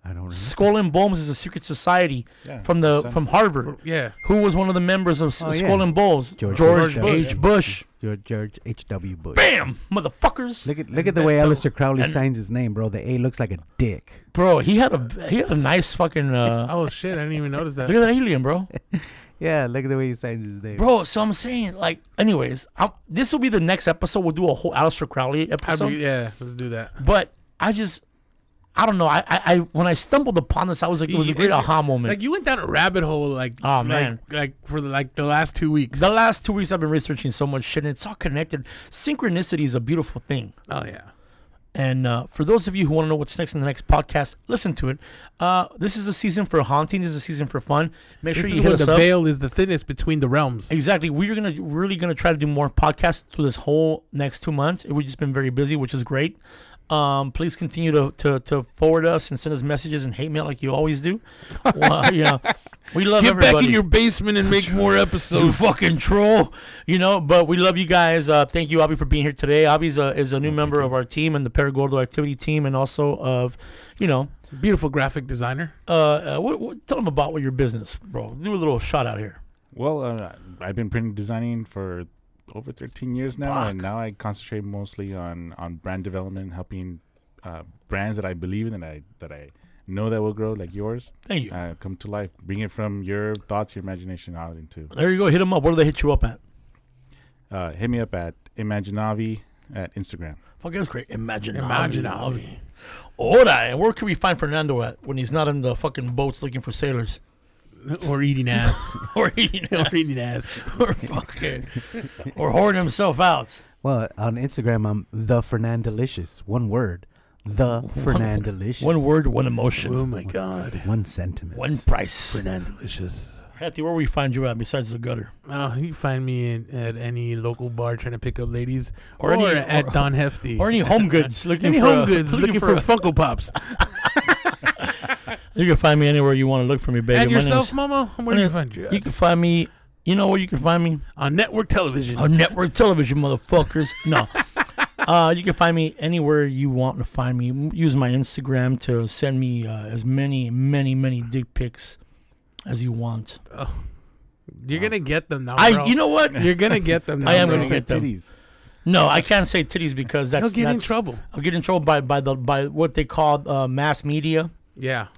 Speaker 4: I don't know.
Speaker 2: Skull and Bones is a secret society
Speaker 5: Yeah,
Speaker 2: from the
Speaker 5: some-
Speaker 2: from Harvard.
Speaker 1: Yeah,
Speaker 2: Who was one of the members of S-
Speaker 4: Oh, yeah.
Speaker 2: Skull and Bones?
Speaker 4: George
Speaker 2: George,
Speaker 4: Bush.
Speaker 2: H. Bush.
Speaker 4: George George H. W. Bush.
Speaker 2: Bam, motherfuckers.
Speaker 4: Look at look at the way
Speaker 1: that's
Speaker 4: Aleister Crowley
Speaker 2: and-
Speaker 4: signs his name, bro. The A looks like a dick.
Speaker 2: Bro, he had a he had a nice fucking uh [laughs]
Speaker 1: Oh shit! I didn't even notice that.
Speaker 2: look at that alien, bro.
Speaker 4: Yeah, look at the way he signs his name.
Speaker 2: Bro, so I'm saying like anyways, I'm, this will be the next episode. We'll do a whole Aleister Crowley
Speaker 1: I'd
Speaker 2: episode.
Speaker 1: be- yeah, let's do that.
Speaker 2: But I just I don't know. I, I I when I stumbled upon this, I was like it was a great
Speaker 1: It's-
Speaker 2: aha moment.
Speaker 1: Like you went down a rabbit hole, like
Speaker 2: Aw,
Speaker 1: like-
Speaker 2: man.
Speaker 1: like, for the like the last two weeks.
Speaker 2: the last two weeks I've been researching so much shit and it's all connected. Synchronicity is a beautiful thing.
Speaker 1: Oh yeah,
Speaker 2: And uh, for those of you who want to know what's next in the next podcast, listen to it. Uh, this is a season for haunting. This is a season for fun. Make
Speaker 1: this
Speaker 2: sure
Speaker 1: is
Speaker 2: you hit
Speaker 1: when
Speaker 2: us
Speaker 1: the
Speaker 2: up.
Speaker 1: veil is the thinnest between the realms.
Speaker 2: Exactly. We're gonna really gonna try to do more podcasts through this whole next two months. We've just been very busy, which is great. Um, please continue to, to, to forward us and send us messages and hate mail like you
Speaker 1: [laughs]
Speaker 2: always do. well, you know, we love
Speaker 1: Get
Speaker 2: everybody.
Speaker 1: back in your basement and make more
Speaker 2: [laughs] you
Speaker 1: episodes.
Speaker 2: fucking troll, you know. But we love you guys. Uh, thank you, Abby, for being here today. Abby's a, is a new member of our team and the Paragordo Activity Team, and also of, you know,
Speaker 1: Beautiful graphic designer.
Speaker 2: Uh, uh, what, what, tell them about what your business, bro. Do a little shout out here.
Speaker 5: Well, uh, I've been printing designing for over 13 years now, and
Speaker 2: Fuck.
Speaker 5: now I concentrate mostly on on brand development, helping uh, brands that I believe in and I that I know that will grow, like yours,
Speaker 2: Thank you.
Speaker 5: uh, come to life. Bring it from your thoughts, your imagination out into.
Speaker 2: There you go. Hit them up. Where do they hit you up at?
Speaker 5: Uh, hit me up at Imaginavi at Instagram.
Speaker 2: Fuck, that's great. Imagine.
Speaker 1: Imagine
Speaker 2: Ora, and where can we find Fernando at when he's not in the fucking boats looking for sailors? [laughs]
Speaker 1: or eating ass.
Speaker 2: Or
Speaker 1: [laughs]
Speaker 2: eating
Speaker 1: or eating ass.
Speaker 2: [laughs] or fucking or hoarding himself out.
Speaker 4: Well, on Instagram, I'm the Fernandalicious. One word, the Fernandalicious.
Speaker 2: One word, one emotion,
Speaker 1: Oh my god.
Speaker 4: one sentiment.
Speaker 2: one price.
Speaker 1: Fernand Delicious.
Speaker 2: Hattie, where we find you at besides the gutter?
Speaker 1: Oh, you can find me in, at any local bar trying to pick up ladies,
Speaker 2: Or
Speaker 1: or,
Speaker 2: any-
Speaker 1: at
Speaker 2: or-
Speaker 1: Don Hefty,
Speaker 2: [laughs] Or any [laughs] home
Speaker 1: [laughs]
Speaker 2: goods looking
Speaker 1: Any
Speaker 2: for
Speaker 1: home
Speaker 2: a-
Speaker 1: goods looking, for,
Speaker 2: a-
Speaker 1: Funko Pops.
Speaker 2: You can find me anywhere you want to look for me, baby.
Speaker 1: and
Speaker 2: My
Speaker 1: yourself,
Speaker 2: name's-
Speaker 1: Momo, where
Speaker 2: my
Speaker 1: do you
Speaker 2: name-
Speaker 1: find you?
Speaker 2: You
Speaker 1: at?
Speaker 2: can find me. You know where you can find me
Speaker 1: On network television.
Speaker 2: on network television, motherfuckers.
Speaker 1: [laughs]
Speaker 2: No. Uh, you can find me anywhere you want to find me. M- Use my Instagram to send me uh, as many, many, many dick pics as you want.
Speaker 1: You're gonna get them now.
Speaker 2: I,
Speaker 1: Oh, bro.
Speaker 2: you
Speaker 1: [laughs]
Speaker 2: know what?
Speaker 1: you're gonna get them. Now,
Speaker 2: [laughs] I am
Speaker 1: bro.
Speaker 2: gonna get them. No, I can't say titties because that's
Speaker 1: You'll get in
Speaker 2: that's-
Speaker 1: trouble.
Speaker 2: I'll get in trouble by by the by what they call uh, mass media,
Speaker 1: Yeah,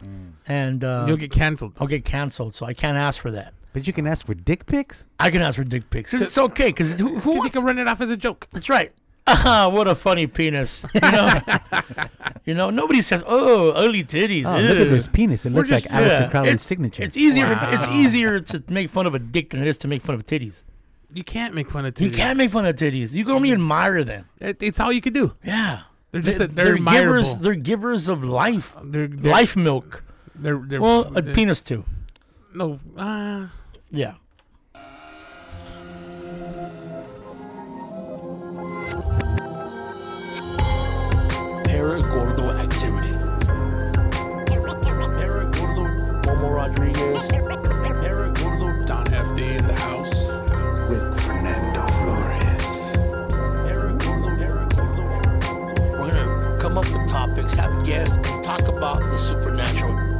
Speaker 2: and uh,
Speaker 1: you'll get canceled.
Speaker 2: I'll get canceled. So I can't ask for that.
Speaker 4: But you can ask for dick pics.
Speaker 2: I can ask for dick pics. It's okay because who, who
Speaker 1: 'Cause you
Speaker 2: wants?
Speaker 1: can run it off as a joke.
Speaker 2: That's right. [laughs] Ah, what a funny penis. You know, [laughs] you know nobody says, "Oh, ugly titties."
Speaker 4: Oh, look at
Speaker 2: ew."
Speaker 4: this penis. It looks
Speaker 2: just-
Speaker 4: like Aleister
Speaker 2: yeah,
Speaker 4: Crowley's
Speaker 2: it's-
Speaker 4: signature.
Speaker 2: It's easier. It's
Speaker 1: Wow.
Speaker 2: easier to make fun of a dick than it is to make fun of titties.
Speaker 1: You can't make fun of titties.
Speaker 2: You can't make fun of titties. You can only
Speaker 4: Mm-hmm.
Speaker 2: admire them.
Speaker 1: It, it's all you can do.
Speaker 2: Yeah,
Speaker 1: They're just that
Speaker 2: they're
Speaker 1: they're,
Speaker 2: givers.
Speaker 1: admirable.
Speaker 2: They're givers of life.
Speaker 1: They're, they're-
Speaker 2: Life milk.
Speaker 1: They're, they're,
Speaker 2: Well, uh, a
Speaker 1: they're-
Speaker 2: penis too.
Speaker 1: No, uh,
Speaker 2: Yeah.
Speaker 3: Paragordo activity. Paragordo, Momo Rodriguez. Paragordo, Don Hefty in the house with Fernando Flores. Paragordo,
Speaker 6: We're gonna come up with topics, have guests, and talk about the supernatural.